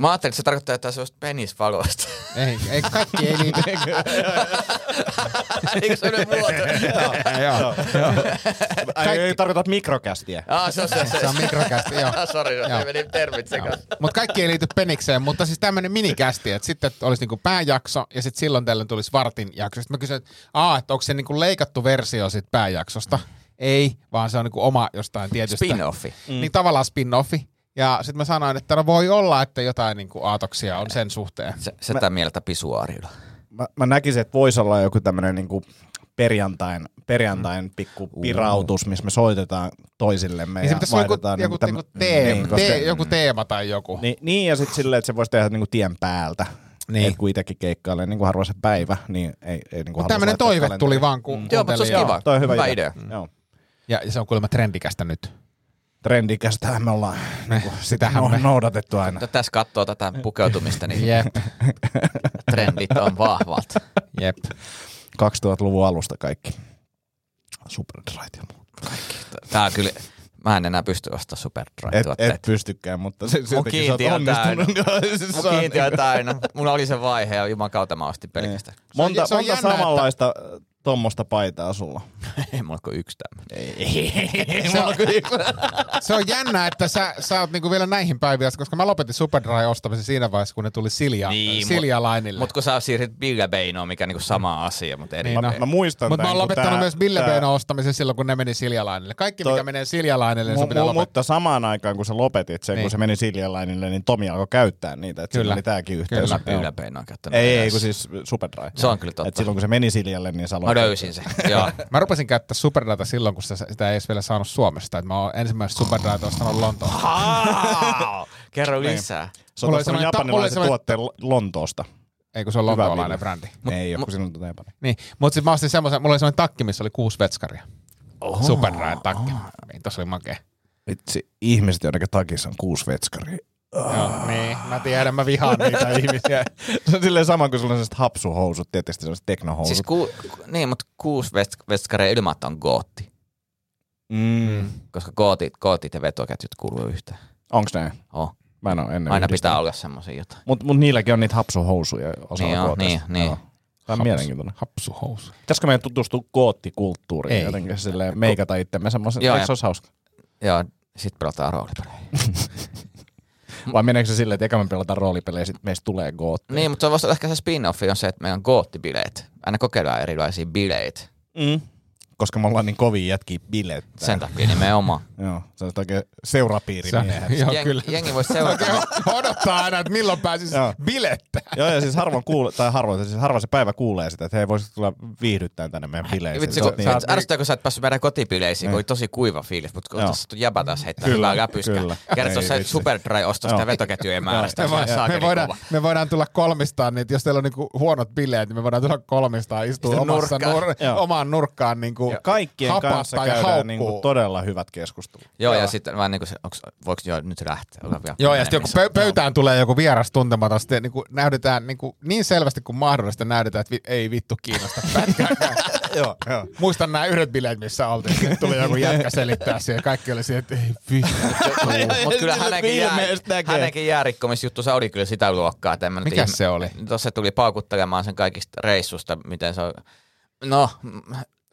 S4: Mä ajattelin, että se tarkoittaa jotain sellaista penisvaloista.
S5: Ei, ei kaikki ei liity.
S4: Eikö se ole Niin muoto?
S5: joo, joo.
S6: Ai,
S5: Kaikki-
S6: ei tarkoita mikrokästiä.
S4: Ah, se on se.
S5: Se on mikrokästi, joo.
S4: Ah, sori,
S5: Joo.
S4: se meni termit sekaisin.
S5: Mutta kaikki ei liity penikseen, mutta siis tämmöinen minikästi, että sitten olisi niinku pääjakso ja sitten silloin tällöin tulisi vartin jakso. Sitten mä kysyin, että aa, että onko se niinku leikattu versio siitä pääjaksosta? Ei, vaan se on niinku oma jostain tietystä.
S4: Spin-offi.
S5: Mm. Niin tavallaan spin-offi. Ja sitten mä sanoin, että no voi olla, että jotain niinku aatoksia on sen suhteen.
S4: Se, sitä mieltä pisuaarilla.
S6: Mä, mä näkisin, että voisi olla joku tämmöinen niinku perjantain, perjantain pikku pirautus, missä me soitetaan toisillemme
S5: Mm. Niin se
S6: ja
S5: pitäisi olla joku,
S6: vaihdetaan...
S5: joku,
S6: täm-
S5: niinku teema,
S6: Niin,
S5: niin,
S6: koska-
S5: te, joku teema tai joku.
S6: Niin, niin ja sitten silleen, että se voisi tehdä niinku tien päältä.
S5: Niin.
S6: Niin. Et kun itsekin keikkailee niinku harvoin se päivä, niin ei, ei niinku halua
S5: Tämmöinen
S6: laittaa
S5: toive
S6: kalenteriin.
S5: tuli vaan, kun
S4: Joo, mutta se
S5: kuuntelin.
S4: olisi kiva.
S6: Toi on hyvä,
S4: Hyvä
S6: idea.
S4: idea.
S6: Joo.
S5: Ja ja se on kuulemma trendikästä nyt.
S6: Trendikästähän me ollaan niinku,
S5: sitähän
S6: no-
S5: me-
S6: noudatettu aina.
S4: Mutta Tässä katsoo tätä pukeutumista, niin
S5: Jep,
S4: trendit on vahvat.
S5: jep.
S6: 2000-luvun alusta kaikki. Superdrive ja muuta.
S4: Tää on kyllä, mä en enää pysty ostamaan
S6: Et,
S4: superdry-tuotteita.
S6: et pystykään, mutta se,
S4: Mun
S6: siltikin sä oot
S4: kiintiö on
S6: onnistunut. Joo, siis
S4: Mun
S6: se on
S4: kiintiö
S6: niinku-
S4: täynnä. Mulla oli se vaihe ja juman kautta mä ostin pelkästään.
S6: Monta,
S5: se on
S6: monta
S5: jännä, että-
S6: samanlaista että... tuommoista paitaa sulla?
S4: Ei mulla kuin yksi tämmöinen.
S5: Se on, se on jännä, että sä, sä oot niinku vielä näihin päiviin, asti, koska mä lopetin Superdry ostamisen siinä vaiheessa, kun ne tuli Silja,
S4: Niin,
S5: niin,
S4: mut-
S5: Silja lainille.
S4: Mut
S5: Mutta
S4: kun sä siirryt Ville Beinoon, mikä niinku
S6: Mm.
S4: sama asia, mutta eri.
S5: Niin, no.
S6: Mä muistan
S5: Mut mä
S6: tän,
S5: oon
S6: kun
S5: lopettanut
S6: tää-
S5: myös Ville
S6: tää-
S5: Beinon ostamisen silloin, kun ne meni Siljalainille. Kaikki,
S6: Toi-
S5: mikä menee Siljalainille, niin se pitää
S6: Mu- mu-
S5: lopettaa.
S6: mutta samaan aikaan, kun sä lopetit sen, niin.
S5: Niin.
S6: kun se meni Siljalainille, niin Tomi alkoi käyttää niitä. Että
S5: Kyllä.
S6: Kyllä. Oli tääkin yhteys.
S4: Kyllä
S6: Joo.
S4: Ville Beinoon käyttänyt.
S6: Ei, ei,
S4: edes.
S6: kun siis Superdry.
S4: Se on kyllä totta.
S6: Et silloin, kun se meni Siljalle, niin sä
S4: Mä
S6: lopetit.
S4: löysin sen, joo.
S5: Mä rupesin käyttää Superdata silloin, kun sitä, sitä ei edes vielä saanut Suomesta. Et mä oon ensimmäistä Superdata ostanut Lontoon.
S4: Aa, Kerro lisää.
S6: Se
S5: Mulla
S6: on
S5: oli semmoinen
S6: ostanut
S5: ta- mulla oli
S6: japanilaisen
S5: semmoinen-
S6: tuotteen L- Lontoosta.
S5: Ei kun se on
S6: Hyvä
S5: lontoolainen
S6: biisi.
S5: brändi.
S6: Mut, ei joku sinun tätä epänä.
S5: Niin, mutta sitten mä ostin semmoisen, mulla oli semmoinen takki, missä oli kuusi vetskaria. Oho, Superrään takki. Niin, tossa oli makea.
S6: Vitsi, ihmiset, joiden takissa on kuusi vetskaria.
S5: Joo, niin, mä tiedän, mä vihaan niitä ihmisiä.
S6: Se on silleen sama kuin sulla on sellaiset hapsuhousut, tietysti sellaiset teknohousut.
S4: Siis
S6: Siis,
S4: ku, ku- niin, mutta kuusi vest- vestskaria ilmatta on gootti,
S6: mm.
S4: koska gootit, gootit ja vetoketjut kuuluu yhteen.
S6: Onks näin?
S4: Oh.
S6: Mä en oo ennen
S4: Aina pitää olla semmoisia jotain.
S6: Mutta mut niilläkin on niitä hapsuhousuja osalla
S4: Niin on,
S6: kooteista.
S4: niin, niin.
S6: Joo. Tämä on mielenkiintoinen.
S5: Hapsuhousu.
S6: Pitäisikö meidän tutustua koottikulttuuriin
S5: Ei.
S6: jotenkin silleen meikata itsemme semmoisen?
S4: Joo,
S6: Eikö
S4: ja-
S6: se olisi hauska?
S4: Joo, sit pelataan roolipelejä.
S6: Vai meneekö se silleen, että eka me pelataan roolipelejä ja sitten meistä tulee gootti?
S4: Niin, mutta se voisi olla ehkä se spin-offi on se, että meillä on goottibileet. Aina kokeillaan erilaisia bileitä.
S6: Mm. Koska me ollaan niin kovin jätkiä bilettä.
S4: Niin. Sen takia nimenomaan.
S6: Joo, sä olet oikein seurapiiri
S5: Joo,
S4: Jeng,
S5: kyllä.
S4: jengi voisi seurata.
S5: Odottaa aina, että milloin pääsis
S6: Joo.
S5: bilettä.
S6: Joo, ja siis harvoin kuulee, tai harvoin, siis harvoin se päivä kuulee sitä, että hei, voisit tulla viihdyttään tänne meidän bileisiin.
S4: Vitsi,
S6: Se
S4: kun,
S6: on
S4: niin,
S6: niin,
S4: ärsyttää, kun sä et päässyt meidän kotipileisiin, kun oli tosi kuiva fiilis, mutta kun
S6: Joo.
S4: tuossa jäbä taas heittää
S6: Kyllä,
S4: hyvää läpyskää.
S6: kyllä.
S4: Kertoo
S6: Ei
S4: se
S6: vitsi.
S4: Superdry ostaa
S6: Joo.
S4: sitä vetoketjujen määrästä.
S5: Me,
S4: Se on
S5: voidaan, me,
S4: saakeli
S5: voidaan,
S4: kova.
S5: me voidaan tulla kolmistaan niitä, jos teillä on niinku huonot bileet, niin me voidaan tulla kolmistaan istua
S4: Sitten
S5: omassa
S4: nurkkaan.
S5: nur,
S6: Joo.
S5: omaan nurkkaan niinku
S6: Kaikkien
S5: hapaa
S6: kanssa
S5: tai haukkuu.
S6: käydään niinku todella hyvät keskustelut.
S4: Joo, ja sitten vaan niinku se, onks, voiko jo nyt lähteä? Olla vielä
S5: Joo, ja sitten joku
S4: kymmenen
S5: pö- pöytään tulee joku vieras tuntematon, sitten niin näytetään niin, kuin, niin selvästi kuin mahdollista näytetään, että vi- ei vittu kiinnosta pätkääkään.
S6: Joo, joo.
S5: Muistan nämä yhdet bileet, missä oltiin, sitten tuli joku jätkä selittää siihen, kaikki oli siihen, että ei vittu.
S4: minuutin. Mut kyllä hänenkin, jää,
S6: Ilmeisesti näkee.
S4: hänenkin jäärikkomisjuttu, se oli kyllä sitä luokkaa. että en mä nyt
S5: Mikäs
S4: ihme-
S5: se oli?
S4: Tuossa tuli paukuttelemaan sen kaikista reissusta, miten se on, no, mm,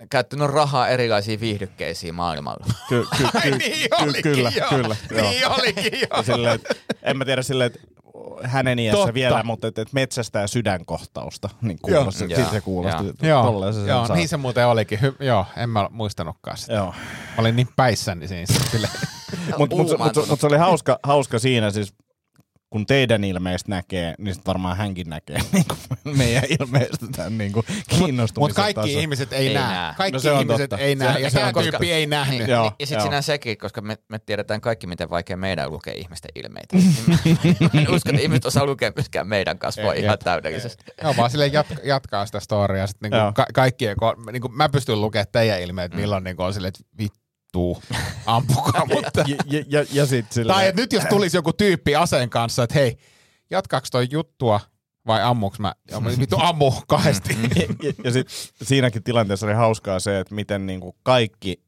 S4: käyttänyt rahaa erilaisiin viihdykkeisiin maailmalla.
S6: Ky- ky- ky-
S5: niin
S6: ky-
S5: olikin,
S6: kyllä,
S5: joo.
S6: kyllä. joo.
S5: Niin olikin
S6: Ja
S5: joo.
S6: Silleen, et, en mä tiedä silleen, että hänen iässä
S5: Totta.
S6: vielä, mutta että et metsästää sydänkohtausta. Niin kuulosti,
S4: Joo.
S6: siitä se kuulosti.
S4: Joo.
S6: että
S5: Joo,
S6: tolleen se sen
S5: joo
S6: saa.
S5: niin se muuten olikin. Hy- joo, en mä muistanutkaan sitä.
S6: Joo.
S5: Mä olin niin päissäni siinä. Sille.
S6: Mutta mut, mut,
S4: Uumaantunut.
S6: mut, mut se oli hauska, hauska siinä siis, kun teidän ilmeistä näkee, niin sit varmaan hänkin näkee niin kuin meidän ilmeistä tämän niin kuin kiinnostumisen
S5: Mutta kaikki
S6: tason.
S5: ihmiset ei,
S4: Ei
S5: näe.
S4: näe.
S6: No
S5: Kaikki
S6: se on
S5: ihmiset
S6: totta.
S5: ei
S6: Se-
S5: näe. ja
S4: se on
S5: tämä
S4: koska-
S5: tyyppi ei nähnyt.
S4: Niin,
S6: Joo,
S4: niin, ja
S6: joo.
S4: sitten sinä sekin, koska me, me tiedetään kaikki, miten vaikea meidän on lukea ihmisten ilmeitä. Niin mä- mä en usko, että ihmiset osaa lukea myöskään meidän kasvoa
S6: Ei,
S4: ihan
S6: jep.
S4: täydellisesti.
S5: Joo, vaan silleen jat- jatkaa sitä storiaa. Sitten
S6: Joo. Mm.
S5: niinku ka- kaikkien, ko- niinku mä pystyn lukemaan teidän ilmeet, milloin niinku on silleen, että vittu, ampukaa mutta.
S6: Ja, ja, ja, ja sit silleen,
S5: tai että nyt jos tulisi joku tyyppi aseen kanssa, että hei, jatkaaks toi juttua vai ammuks mä? Ja mä vittu ammu kahdesti.
S6: Mm. ja, ja sit siinäkin tilanteessa oli hauskaa se, että miten niin kuin kaikki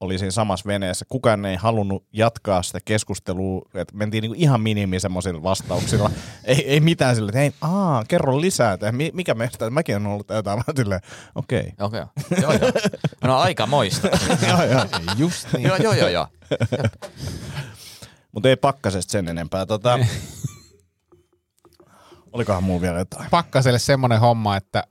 S6: oli siinä samassa veneessä. Kukaan ei halunnut jatkaa sitä keskustelua, että mentiin niin kuin ihan minimi semmoisilla vastauksilla. ei, ei mitään sille, että hei, aa, kerro lisää, tai mi- mikä meistä, mäkin on ollut jotain, vaan silleen, okei.
S4: Okei, okay. joo, joo. No aika moista.
S6: Joo, joo.
S5: Just
S4: joo, joo, joo, joo.
S6: Mutta ei pakkasesta sen enempää. Tota, olikohan mulla vielä jotain?
S5: Pakkaselle semmoinen homma, että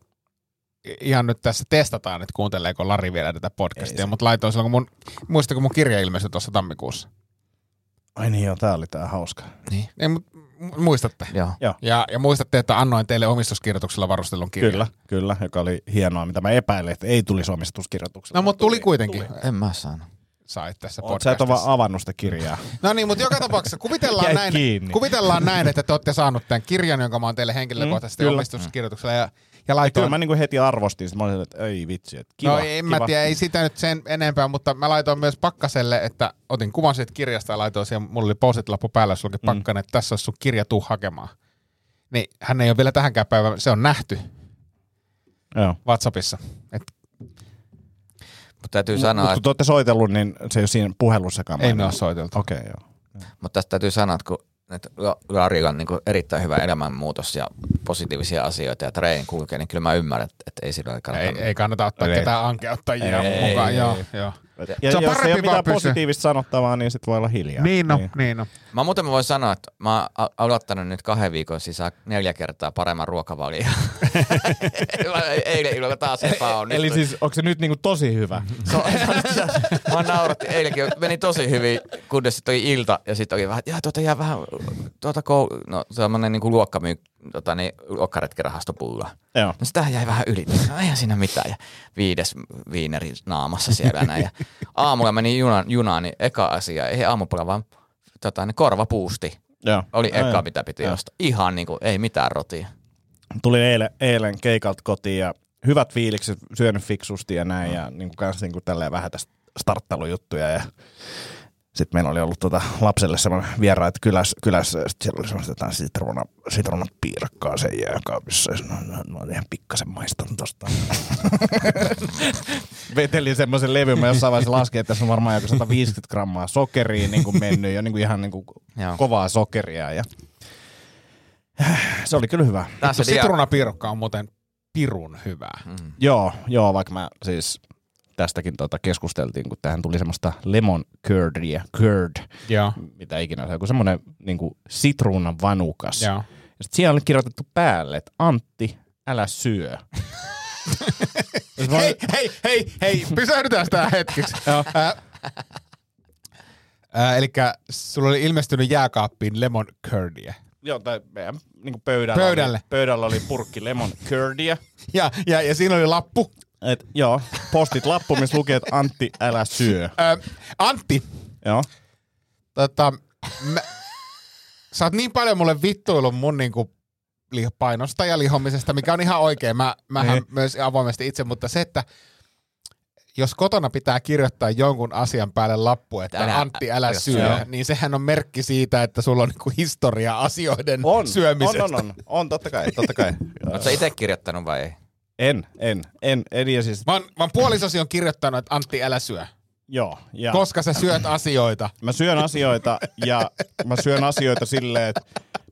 S5: ihan nyt tässä testataan, että kuunteleeko Lari vielä tätä podcastia, mutta laitoin silloin, kun mun, muistatko mun kirja ilmestyi tuossa tammikuussa?
S6: Ai niin joo, tää oli tää hauska.
S5: Ei, mut, mu- muistatte.
S4: joo.
S5: Ja, ja muistatte, että annoin teille omistuskirjoituksella varustellun kirjan.
S6: Kyllä, kyllä, joka oli hienoa, mitä mä epäilen, että ei tulisi omistuskirjoituksella.
S5: No, mutta tuli kuitenkin.
S4: En mä saanut.
S5: Sait tässä
S6: Oot, sä et ole vaan
S5: podcastissa.
S6: avannut sitä kirjaa.
S5: No niin, mutta joka tapauksessa kuvitellaan
S6: Jäi
S5: näin,
S6: kiinni.
S5: kuvitellaan näin, että te olette saanut tämän kirjan, jonka mä oon teille henkilökohtaisesti
S6: Mm,
S5: mm,
S6: kyllä.
S5: omistuskirjoituksella ja, ja
S6: Kyllä
S5: laitoin.
S6: mä niinku heti arvostin, sit mä olin, että ei vitsi, että kiva,
S5: no en
S6: kiva.
S5: mä tiedä, ei sitä nyt sen enempää, mutta mä laitoin myös pakkaselle, että otin kuvan siitä kirjasta ja laitoin siihen, mulla oli post-lappu päällä, jos luki
S6: Mm.
S5: pakkanen, että tässä olisi sun kirja, tuu hakemaan. Niin hän ei ole vielä tähänkään päivään, se on nähty
S6: Joo.
S5: WhatsAppissa. Et
S4: Mutta täytyy
S6: Mut
S4: sanoa,
S6: kun
S4: että,
S6: te ootte soitellut, niin se ei ole siinä puhelussakaan.
S5: ei me ole
S6: mainittu.
S5: soiteltu.
S6: Okei, okay, joo.
S4: mutta tästä täytyy sanoa, että kun että Larilla on niin kuin erittäin hyvä elämänmuutos ja positiivisia asioita ja treeni kulkee, niin kyllä mä ymmärrän, että, että ei sillä kannata.
S5: Ei, ei kannata ottaa
S6: Ei.
S5: ei. ketään ankeuttajia
S6: Ei, ei,
S5: mukaan.
S6: ei,
S5: joo,
S6: ei.
S5: joo.
S6: Ja
S5: Se on
S6: jos ei
S5: parempi
S6: ole mitään
S5: vaan pysyä.
S6: positiivista sanottavaa, niin sit voi olla hiljaa.
S5: niin no.
S4: Mä muuten voin sanoa, että mä oon a- aloittanut nyt kahden viikon sisään neljä kertaa paremman ruokavalion. Mä eilen illalla taas epäonnistuin.
S7: Eli siis, onko se nyt niinku tosi hyvä?
S4: Se on- se on- se on- Mä nauratti eilenkin, meni tosi hyvin, kunnes sitten oli ilta ja sitten oli vähän, jaa tuota jää vähän, tuota koulu, no semmonen niinku luokkamyy, tota niin, luokkaretkirahastopulla.
S6: Joo.
S4: No sitä jäi vähän yli. No eihän siinä mitään. Ja viides viineri naamassa siellä näin. Ja aamulla meni junaan, junaan niin eka asia, ei aamupala vaan tota, niin korvapuusti.
S6: Joo.
S4: Oli
S6: Ai
S4: eka,
S6: joo.
S4: mitä piti ostaa. Ihan niin kuin, ei niinku, mitään rotia.
S6: Tuli eilen, eilen keikalta kotiin ja hyvät fiilikset, syönyt fiksusti ja näin. Ja niin kuin kans niin kuin tälleen vähän tästä starttailujuttuja ja sitten meillä oli ollut tota lapselle semmoinen vieraat kylässä, kylässä ja sitten siellä oli semmoista jotain sitruuna, sitruunapiirakkaa sen jääkaapissa. Ja sanoin, no, mä oon ihan pikkasen maistanut tosta. Vetelin semmoisen levyn, mä jossain vaiheessa laskin, että tässä on varmaan joku 150 grammaa sokeria niin kuin mennyt jo niin kuin ihan niin kuin
S4: Joo.
S6: kovaa sokeria. Ja... Se oli kyllä hyvä.
S4: Tässä oli ihan-
S5: Sitruunapiirakka on muuten pirun hyvää.
S4: Mm.
S6: Joo, joo, vaikka mä siis tästäkin tota keskusteltiin, kun tähän tuli semmoista lemon curdia, curd,
S5: Joo.
S6: mitä ikinä se on, joku semmoinen niin sitruunan vanukas. Ja
S5: Joo.
S6: sit siellä oli kirjoitettu päälle, että Antti, älä syö.
S5: Hei, hei, hei, hei, pysähdytään tää hetkeksi. Eli sulla oli ilmestynyt jääkaappiin lemon curdia.
S6: joo, tai meidän niin pöydällä,
S5: Pöydälle.
S6: Oli, pöydällä oli purkki lemon curdia.
S5: Ja, ja, ja siinä oli lappu.
S6: Et, joo, postit lappu, missä luki, että Antti, älä syö.
S5: Ö, Antti,
S6: joo.
S5: tota, mä, sä oot niin paljon mulle vittuillut mun niinku liho- painosta ja lihomisesta, mikä on ihan oikein. Mä, mähän
S6: Niin.
S5: myös avoimesti itse, mutta se, että jos kotona pitää kirjoittaa jonkun asian päälle lappu, että
S4: Älä-
S5: älä, Antti älä
S4: älä
S5: syö,
S6: syö.
S5: niin sehän on merkki siitä, että sulla on niinku historia asioiden
S6: On,
S5: syömisestä.
S6: on, on, on, on, totta kai, totta kai.
S4: Oletko sä itse kirjoittanut vai ei?
S6: en, en, en, en, ja siis,
S5: Mä oon, mä oon puolisosi on kirjoittanut, että Antti älä syö,
S6: joo, ja.
S5: koska sä syöt asioita.
S6: Mä syön asioita ja mä syön asioita silleen, että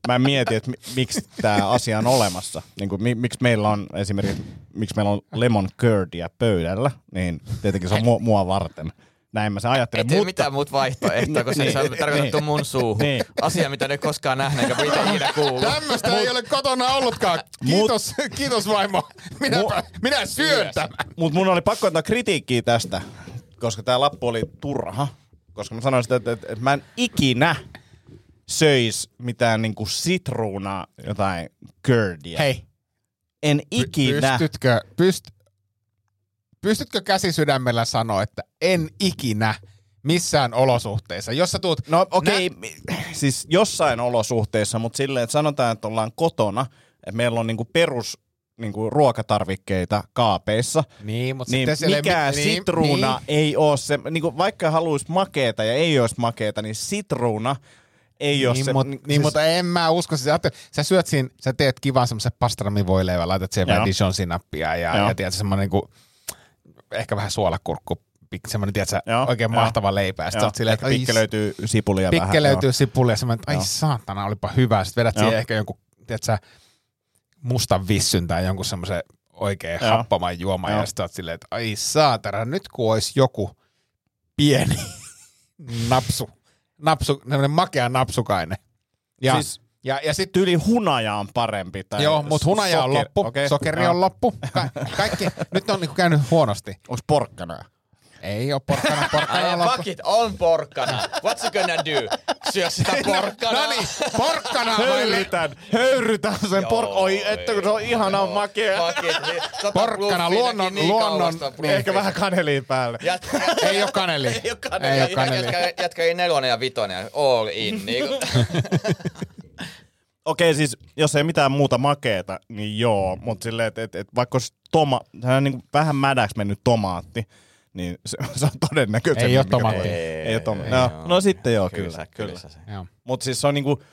S6: mä mietin, että mi- miksi tämä asia on olemassa. Niin kuin, mi- miksi meillä on esimerkiksi, miksi meillä on lemon curdia pöydällä, niin tietenkin se on mua, mua varten. Näin mä sen
S4: Ei
S6: ajattelen.
S4: tee
S6: Mutta,
S4: mitään muut vaihtoehtoa, kun se ei saa
S6: Niin.
S4: tarkoitettu
S6: Niin.
S4: mun suuhun.
S6: Niin.
S4: Asia, mitä ne ei koskaan nähnyt, eikä mitä ikinä kuullut.
S5: Tämmöistä ei ole kotona ollutkaan. Kiitos, kiitos vaimo. Minä, minä syön tämän.
S6: mutta mun oli pakko antaa kritiikkiä tästä, koska tämä lappu oli turha. Koska mä sanoin sitä, että, että, että mä en ikinä söis mitään niinku sitruunaa, jotain curdia.
S5: Hei,
S6: En
S5: py-
S6: ikinä.
S5: pystytkö, pyst, pystytkö käsi sydämellä sanoa, että en ikinä missään olosuhteissa, jos sä tuut...
S6: No okei, okay. siis jossain olosuhteissa, mutta silleen, että sanotaan, että ollaan kotona, että meillä on niinku perus niinku ruokatarvikkeita kaapeissa,
S5: Niin, mutta
S6: niin mikään sitruuna
S5: niin.
S6: ei ole se, niinku, vaikka haluaisi makeeta ja ei olisi makeeta, niin sitruuna ei ole
S5: Niin,
S6: se.
S5: mut,
S6: ni-
S5: niin
S6: siis-
S5: mutta en mä usko. Siis, ajattel- sä syöt siinä, sä teet kivan semmoisen pastramivoileivän, laitat siihen
S6: Joo.
S5: vähän Dijon sinappia ja,
S6: Joo.
S5: ja tiedät, sä, semmoinen niin ehkä vähän suolakurkku, pik- semmoinen tiedät, sä,
S6: Joo,
S5: oikein
S6: joo.
S5: mahtava leipä. Ja sit sä
S6: Joo,
S5: oot silleen,
S6: ehkä
S5: että ai
S6: pikke löytyy sipulia vähän.
S5: pikke
S6: joo.
S5: löytyy sipulia, ja semmoinen, että ai
S6: Joo.
S5: saatana, olipa hyvä. Sitten vedät
S6: Joo.
S5: siihen ehkä jonkun, tiedät sä, mustan vissyn tai jonkun semmoisen oikein
S6: Joo.
S5: happaman juoman,
S6: Joo.
S5: ja sitten oot silleen, että ai saatana, nyt kun olisi joku pieni napsu, napsu semmoinen makea napsukainen. Ja,
S6: Siis-
S5: siis, ja, ja sitten
S6: Tyyli hunaja on parempi. Tai
S5: Joo, mutta hunaja on
S6: soker-
S5: loppu,
S6: okei,
S5: okay. sokeri
S6: joo.
S5: on loppu. Ka- kaikki, nyt on niinku käynyt huonosti.
S6: Onks porkkana?
S5: Ei ole porkkana,
S4: Ai,
S5: porkkana on loppu.
S4: fuck it, on porkkana. What's you gonna do? Syö sitä porkkana.
S5: No niin, porkkana vai le-
S6: Höyrytän, höyrytän sen pork... Oi, että kun se on ihana makea.
S4: Fuck it. niin, sata
S5: Porkkana,
S4: proofiakin
S5: luonnon-
S4: niin kauan
S5: luonnon-
S4: sitä
S5: niin,
S4: proofia.
S6: Ehkä vähän kaneliin päälle.
S4: Jätkä,
S5: Ei oo kaneli.
S4: Ei ole kaneli.
S5: Ei oo kaneli.
S4: Jätkä, jätkä ei nelonen ja vitonen. ja All in. Niin kuin.
S6: Okei, siis jos ei mitään muuta makeeta, niin joo, mutta silleen, että et, et vaikka olisi toma, sehän on niin vähän mädäksi mennyt tomaatti, niin se, se on todennäköisesti.
S5: Ei oo tomaattia.
S6: Ei ole tomaatti. No, no sitten joo, kyllä. kyllä.
S4: se.
S5: Joo.
S6: Mutta siis se on niinku,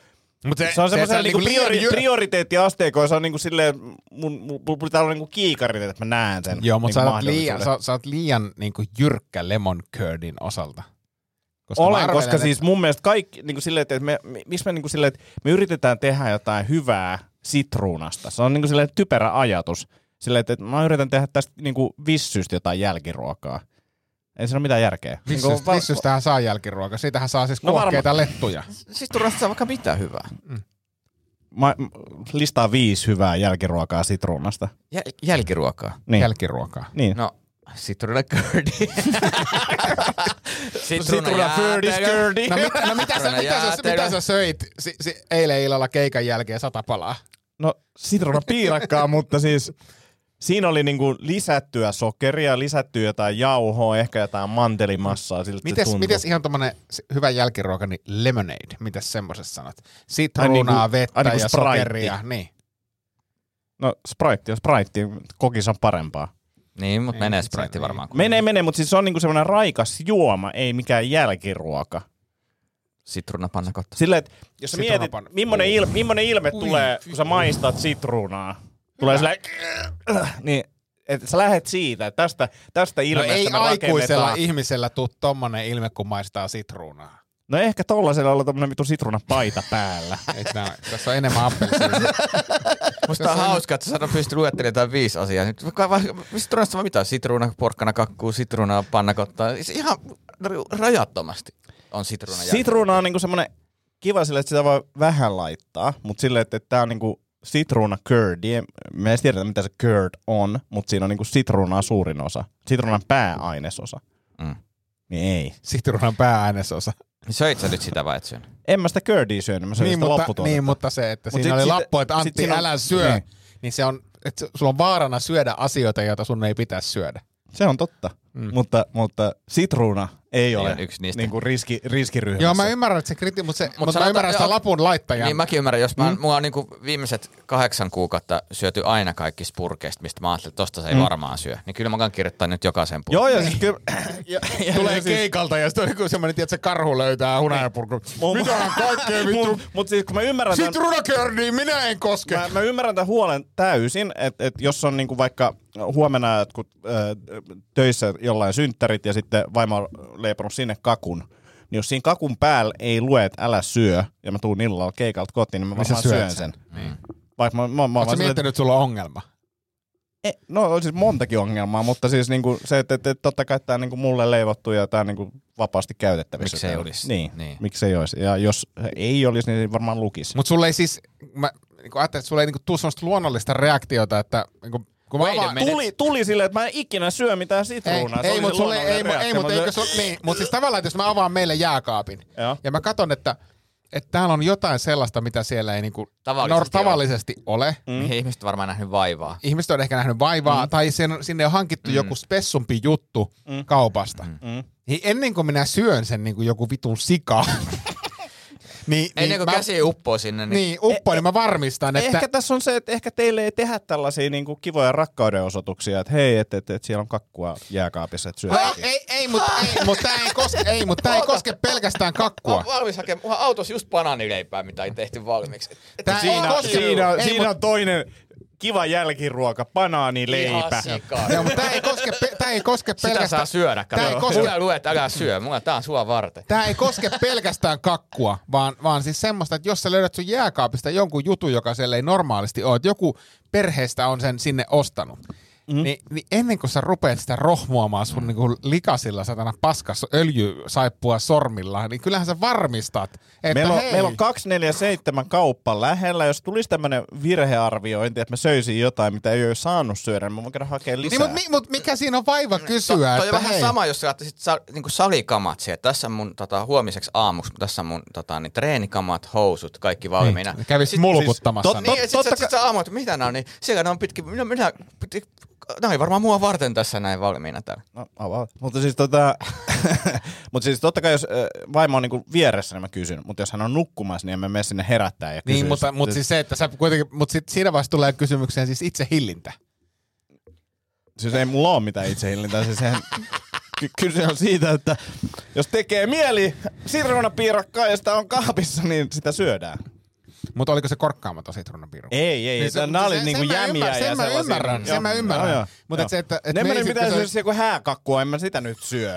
S5: Mut
S6: se, se on
S5: että
S6: semmoisella niinku
S5: liian
S6: priori,
S5: jyr-
S6: prioriteettiasteikoilla, se on niinku silleen, mun, mun, mun pitää olla niinku kiikarit, että mä näen sen.
S5: Joo,
S6: niinku
S5: mutta sä oot liian,
S6: mahdollisuuden.
S5: sä, sä oot liian niinku jyrkkä lemon curdin osalta. Koska mä
S6: Olen,
S5: arvelen,
S6: koska
S5: että-
S6: siis mun mielestä kaikki, niin kuin silleen, että me, mi- miksi me, niin kuin silleen, että me yritetään tehdä jotain hyvää sitruunasta. Se on niin kuin silleen typerä ajatus. Silleen, että että mä yritän tehdä tästä niin kuin vissystä jotain jälkiruokaa. Ei siinä ole mitään järkeä. Niin
S5: Vissystä,
S6: kuin,
S5: vissystähän saa jälkiruoka. Siitähän saa siis
S6: No
S5: kuokkeita lettuja.
S4: Siis turvasta saa vaikka mitä hyvää.
S6: mä, mä listaa viisi hyvää jälkiruokaa sitruunasta.
S4: Jäl- jälkiruokaa.
S6: Niin.
S5: Jälkiruokaa.
S6: niin.
S4: No, sitruuna curdi.
S6: Sitruuna Ferdis Curdy.
S5: No, mit, no mitä, sä,
S4: Sitruuna
S5: mitä, sä,
S4: jäätelö.
S5: mitä sä söit si, si, eilen illalla keikan jälkeen sata palaa?
S6: No sitruuna piirakkaa, mutta siis siinä oli niinku lisättyä sokeria, lisättyä jotain jauhoa, ehkä jotain mantelimassaa. Siltä se
S5: Mites,
S6: tuntui.
S5: mites ihan tommonen s- hyvä jälkiruoka, niin lemonade, mites semmoisessa sanot?
S6: Ai niinku-
S5: Sitruunaa,
S6: ai
S5: vettä
S6: niinku
S5: ja
S6: Sprite.
S5: sokeria, niin.
S6: No Sprite on Sprite, kokis on parempaa.
S4: Niin, mutta menee Sprite
S5: niin.
S4: varmaan. kun-
S6: Menee, menee, mutta siis se on niinku semmoinen raikas juoma, ei mikään jälkiruoka.
S4: Sitruunapannakot.
S6: Silleen, että jos sä mietit,
S5: Sitruunapan-
S6: millainen, il, millainen ilme tulee, kun sä maistat sitruunaa. Tulee silleen, niin että sä lähet siitä, että tästä, tästä
S5: No
S6: ilmeestä
S5: ei
S6: me
S5: aikuisella
S6: rakennetaan.
S5: ihmisellä tuu tommonen ilme, kun maistaa sitruunaa.
S6: No ehkä tollasella olla tommonen vitu sitruunapaita päällä.
S5: Et nää, tässä on enemmän appelsiinia.
S4: Musta on hauska, että sä sanoit pysty luettelemaan jotain viisi asiaa. Nyt vaikka- vaikka- sitruunasta vaan mitä? Sitruuna, porkkana, kakkuu, sitruunaa, pannakottaa. Ihan r- rajattomasti on sitruuna.
S6: Sitruuna on niinku semmonen kiva sille, että sitä voi vähän laittaa, mutta silleen, että, että tää on niinku sitruuna curdi. Me ei edes tiedetä, mitä se curd on, mutta siinä on niinku sitruunaa suurin osa. Sitruunan pääainesosa.
S4: Mm.
S6: Niin ei.
S5: Sitruunan päääänesosa.
S4: Söit sä nyt sitä vai et syönyt?
S6: En mä sitä curdia syönyt, mä söin
S5: Niin
S6: sitä
S5: mutta,
S6: lopputuotetta.
S5: niin, mutta se, että
S6: Mut sit
S5: siinä oli
S6: sitä-
S5: lappu, että
S6: sit
S5: Antti,
S6: siinä on-
S5: älä syö.
S6: Niin.
S5: Niin. se on, että sulla on vaarana syödä asioita, joita sun ei pitäisi syödä.
S6: Se on totta. Mm. Mutta, mutta sitruuna ei ole
S4: on yksi niistä.
S6: Niinku riski, riskiryhmässä.
S5: Joo, mä ymmärrän, että se kriti, mutta, se, mutta mä
S4: sanotaan-
S5: ymmärrän sitä
S4: joo.
S5: lapun laittajan.
S4: Niin mäkin ymmärrän, jos mä, mm. mulla on niinku viimeiset kahdeksan kuukautta syöty aina kaikki spurkeista, mistä mä ajattelin, että tosta se ei mm. varmaan syö. Niin kyllä mä oon kirjoittaa nyt jokaisen purkin.
S6: Joo, joo, siis kyllä... ja, ja,
S5: Tulee
S6: ja
S5: keikalta ja sitten on joku semmoinen, että se karhu löytää hunajapurkun.
S6: Mun-
S5: Mitähän kaikkea vittu.
S6: Mut, mut siis kun mä ymmärrän tämän,
S5: Sitruunakörniin minä en koske.
S6: mä, mä ymmärrän tämän huolen täysin, että et jos on niinku vaikka huomenna jotkut ö, töissä jollain synttärit ja sitten vaimo on leiponut sinne kakun, niin jos siinä kakun päällä ei lue, että älä syö, ja mä tuun illalla keikalta kotiin, niin mä
S5: Niin sä
S6: varmaan
S5: syöt
S6: syön sen.
S5: sen.
S4: Mm.
S6: Niin. Vaikka mä, mä, mä,
S5: Oletko
S6: mä
S5: miettinyt, että sulla on ongelma?
S6: E, no on siis montakin ongelmaa, mutta siis niinku se, että, että totta kai tämä niinku mulle leivottu ja tämä niinku vapaasti käytettävissä.
S4: Miksei
S6: Tää-
S4: olisi?
S6: Niin, niin.
S4: Niin.
S6: miksei olisi. Ja jos ei olisi, niin varmaan lukisi.
S5: Mutta sulle ei siis, mä niin ajattelin, että sulle ei niin tuu sellaista luonnollista reaktiota, että niin kun, kun mä
S4: Wait a
S5: avaan-
S4: minute.
S6: Tuli, tuli silleen, että mä en ikinä syö mitään
S5: Ei,
S6: sitruunaa. Se
S5: ei
S6: oli
S5: mutta
S6: se
S5: sulle, ei,
S6: luonnollinen
S5: mu- ei,
S6: reaktio.
S5: mutta eikö sulle, niin, mutta siis tavallaan, että jos mä avaan meille jääkaapin,
S6: Joo.
S5: ja mä katson, että, että täällä on jotain sellaista, mitä siellä ei niinku
S4: Tavallisesti ole.
S5: tavallisesti ole.
S4: Mm. Mihin ihmiset on varmaan nähnyt vaivaa.
S5: Ihmiset on ehkä nähnyt vaivaa, mm. tai sen, sinne on hankittu mm. joku spessumpi juttu mm. kaupasta. Mm. Niin ennen kuin minä syön sen niin kuin joku vitun sika, niin,
S4: Ei niin,
S5: niin,
S4: kuin
S5: mä,
S4: käsi uppoo sinne. Niin.
S5: niin uppo, niin mä varmistan,
S6: Ehkä
S5: että
S6: tässä on se, että ehkä teille ei tehdä tällaisia niinku kivoja rakkaudenosoituksia, että hei, että et, et siellä on kakkua jääkaapissa, että syö.
S5: Ei, ei, ei, mutta ei, mut tää ei, koske, ei, mut tää ei koske pelkästään kakkua.
S4: valmis hakemaan. Mulla on autossa just banaanileipää, mitä ei tehty valmiiksi.
S5: Tää ei koske,
S6: siinä,
S5: ei,
S6: siinä on toinen kiva jälkiruoka, banaanileipä.
S5: mut, joo, mut tää ei koske, pe- tää ei koske
S4: Sitä saa
S5: pelkästään...
S4: syödä.
S5: Tää ei
S4: Tää
S5: koske-
S4: Mulla luet, älä syö. Mulla tää on sua varten.
S5: Tämä ei koske pelkästään kakkua, vaan, vaan siis semmoista, että jos sä löydät sun jääkaapista jonkun jutun, joka siellä ei normaalisti ole, että joku perheestä on sen sinne ostanut,
S4: Mm-hmm.
S5: mm. niin, niin ennen kuin sä rupeat sitä rohmuamaan sun niin kuin likasilla satana paskas öljysaippua sormilla, niin kyllähän sä varmistat, että
S6: Meillä on,
S5: hei,
S6: meillä on 247 kauppa lähellä. Jos tulisi tämmöinen virhearviointi, että mä söisin jotain, mitä ei ole saanut syödä, niin mä voin käydä hakemaan lisää.
S5: niin, mutta mi, mut mikä siinä on vaiva kysyä,
S4: Toi on
S5: että
S4: vähän
S5: hei.
S4: sama, jos sä ajattelisit sa, niin salikamat siihen. Tässä on mun tota, huomiseksi aamuksi, tässä on mun tota, niin, treenikamat, housut, kaikki valmiina.
S5: Niin, kävis mulkuttamassa.
S6: Siis-
S5: ne.
S4: Niin, ja sit,
S6: Totta
S4: sä, sit sä aamuit, mitä nää on, niin siellä ne on pitkin, minä, minä nää oli varmaan mua varten tässä näin valmiina täällä.
S6: No, avaa. Mutta siis, tota, mutta siis totta kai, jos ö, vaimo on niinku vieressä, niin mä kysyn. Mutta jos hän on nukkumassa, niin en mä mene sinne herättää ja kysyn.
S5: Niin, mutta, mutta siis se, että sä kuitenkin, mutta sit siinä vaiheessa tulee kysymykseen siis itse hillintä.
S6: siis ei mulla ole mitään itsehillintää. Siis sehän, ky- kyse on siitä, että jos tekee mieli sirruunapiirakkaa ja sitä on kaapissa, niin sitä syödaan.
S5: Mutta oliko se korkkaamaton sitruunapiru?
S6: Ei, ei,
S5: Niin
S6: ei.
S5: se-
S6: Nämä
S5: se-
S6: oli
S5: sen
S6: niinku
S5: mä
S6: jämiä
S5: ymmärrän,
S6: ja
S5: sen mä
S6: sellaisia.
S5: ymmärrän, sen
S6: Joo.
S5: mä ymmärrän.
S6: Joo, joo.
S5: Mut et
S6: Joo.
S5: se, että- et
S6: Ne
S5: me
S6: menee
S5: ei
S6: mitään,
S5: sit-
S6: jos joku hääkakkua, en mä sitä nyt syö.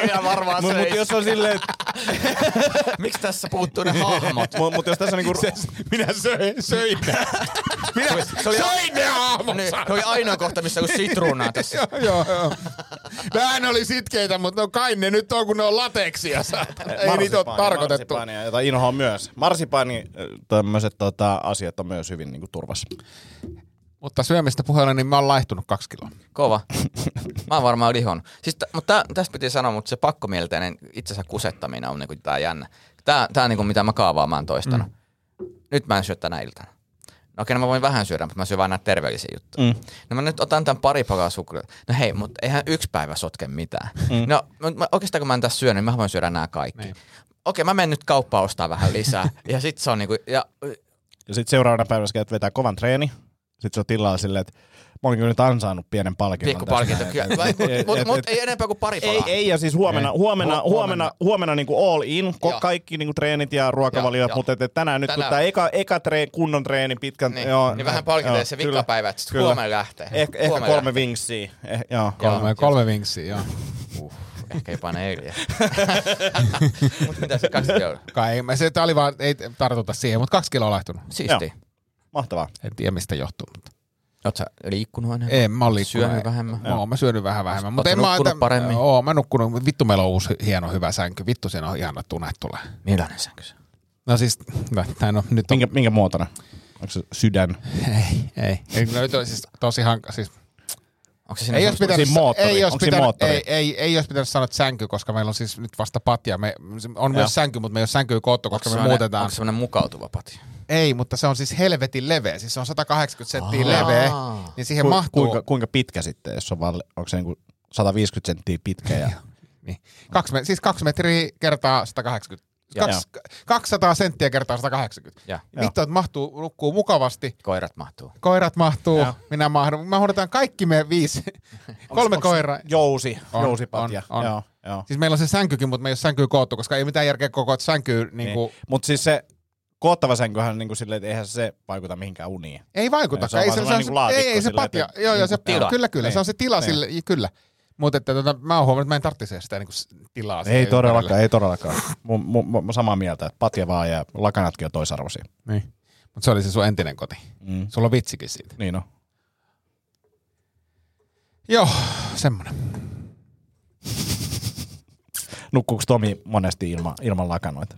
S4: Kyllä varmaan
S6: Mut, mut jos on silleen, että-
S4: Miksi tässä puuttuu ne hahmot?
S6: mut, mut jos tässä on niinku...
S5: Minä söin, söin ne. Minä
S4: se oli-
S5: söin ne aamulla.
S4: Niin, se oli ainoa kohta, missä on sitruunaa tässä.
S5: joo, joo, joo. Nämähän oli sitkeitä, mutta no kai ne nyt on, kun ne on lateksia. saatana. Ei niitä ole
S6: marsipaania,
S5: tarkoitettu.
S6: Marsipaania, jota inhoa myös. Marsipaani, äh, tämmöiset tota, asiat on myös hyvin niinku turvassa.
S5: Mutta syömistä puheella, niin mä oon laihtunut kaksi kiloa.
S4: Kova. Mä oon varmaan lihon. Siis t- mutta tä- tästä piti sanoa, mutta se pakkomielteinen itsensä kusettaminen on niinku tää jännä. Tää, tää on niinku mitä mä kaavaa mä oon toistanut. Nyt mä en syö tänä iltana. No okei, no mä voin vähän syödä, mutta mä syön vain näitä terveellisiä juttuja. Mm. No mä nyt otan tämän pari pakaa suklaata. No hei, mutta eihän yksi päivä sotke mitään. Mm. No mut mä, oikeastaan kun mä en tässä syönyt, niin mä voin syödä nämä kaikki. Niin. Okei, mä menen nyt kauppaan ostaa vähän lisää. ja sit se on niinku, ja
S6: Ja sitten seuraavana päivänä sä käyt vetää kovan treeni. Sitten se on tilalla silleen, että mä olenkin nyt ansainnut pienen palkinnon.
S4: Pikku
S6: tästä
S4: palkinto,
S6: näin.
S4: kyllä.
S6: Et- et-
S4: Mutta
S6: et-
S4: mut,
S6: et-
S4: ei enempää kuin pari
S6: ei,
S4: palaa.
S6: ei, ja siis huomenna, huomenna,
S4: Hu-
S6: huomenna, huomenna niin kuin all in, ko-
S4: Joo.
S6: kaikki niin kuin treenit ja ruokavaliot,
S4: Joo,
S6: mutta et, et tänään nyt,
S4: Tänään.
S6: kun tämä eka, eka treen, kunnon treeni, pitkän,
S4: Niin,
S6: joo,
S4: niin vähän
S6: joo,
S4: palkitaan se
S6: kyllä.
S4: vikapäivä, että sit
S6: Kyllä.
S4: huomenna lähtee.
S6: Eh, ehkä
S4: Huomenna
S6: kolme vinksiä. Eh, joo, kolme.
S5: Kolme, kolme vinksiä, joo.
S4: lähtee. Ehkä jopa neljä. Mutta mitä se kaksi euroa?
S5: Kai, mä- se tää oli vaan, ei tartuta siihen, mutta kaksi kiloa laihtunut.
S4: Siisti.
S6: Mahtavaa.
S5: En tiedä, mistä johtuu. Mutta.
S4: Oot sä liikkunut enää?
S5: Ei, mä oon liikkunut.
S4: Syönyt vähemmän?
S5: Mä oon mä syönyt vähän vähemmän. Mutta
S4: Ootko
S5: en mä
S4: nukkunut
S5: että-
S4: paremmin?
S5: Oo, mä nukkunut. mutta Vittu, meillä on uusi hieno hyvä sänky. Vittu, siinä on ihana tunne tulee.
S4: Millainen sänky se on?
S5: No siis, no, tää no, nyt on...
S6: Minkä, minkä muotona? Onko se sydän?
S5: Ei, ei. ei no, nyt on siis tosi hanka... Siis,
S4: Onko se siinä
S5: ei, olisi
S4: sun-
S5: pitänyt,
S6: siinä moottori?
S5: ei, olisi
S6: Onko siinä
S5: pitänyt,
S6: moottori?
S5: ei, ei, ei olisi pitänyt sanoa että sänky, koska meillä on siis nyt vasta patja. Me, se on myös sänky, mutta me ei ole sänkyä koottu, koska me
S4: semmonen-
S5: muutetaan.
S4: Onko semmoinen mukautuva pati?
S5: Ei, mutta se on siis helvetin leveä. Siis se on 180 senttiä leveä, niin siihen
S6: Ku,
S5: mahtuu...
S6: kuinka, kuinka pitkä sitten, jos on vaan, onko se niinku 150 senttiä pitkä? Ja...
S5: Niin. Kaksi, me- siis kaksi metriä kertaa 180.
S4: Joo.
S5: Kaksi, 200 senttiä kertaa 180.
S4: Ja
S5: Vittu, että mahtuu, nukkuu mukavasti.
S4: koirat mahtuu.
S5: Koirat mahtuu, minä mahdun. Me hoidetaan kaikki me viisi. Kolme koiraa.
S6: Jousi,
S5: On,
S6: jousipatja.
S5: on, on.
S6: Joo, joo.
S5: Siis meillä on se sänkykin, mutta me ei ole sänkyä koottu, koska ei mitään järkeä kokoa sänkyä. Niin kuin,
S6: Niin. Mutta siis se koottava sänkyhän niin kuin silleen, että eihän se vaikuta mihinkään uniin.
S5: Ei vaikuta.
S6: Se on
S5: ei,
S6: vaan
S5: Niin, se, se, on
S6: sellainen niinku
S5: se,
S6: laatikko
S5: ei, ei se
S6: sillä,
S5: patja.
S6: että-
S5: Joo, joo,
S6: niinku
S5: se,
S4: tila.
S5: kyllä, kyllä. Se on se tila
S6: Niin.
S5: sille, kyllä. Mutta että, tota, mä oon huomannut, että mä en tarvitse sitä niin kuin, tilaa. siihen
S6: Ei
S5: ympärille.
S6: todellakaan, ei todellakaan. Mun, mun, mun, samaa mieltä, että patja vaan ja lakanatkin on toisarvoisia.
S5: Niin. Mutta se oli se sun entinen koti.
S6: Mm.
S5: Sulla on vitsikin siitä.
S6: Niin on.
S5: Joo, semmonen.
S6: Nukkuuko Tomi monesti ilman, ilman lakanoita?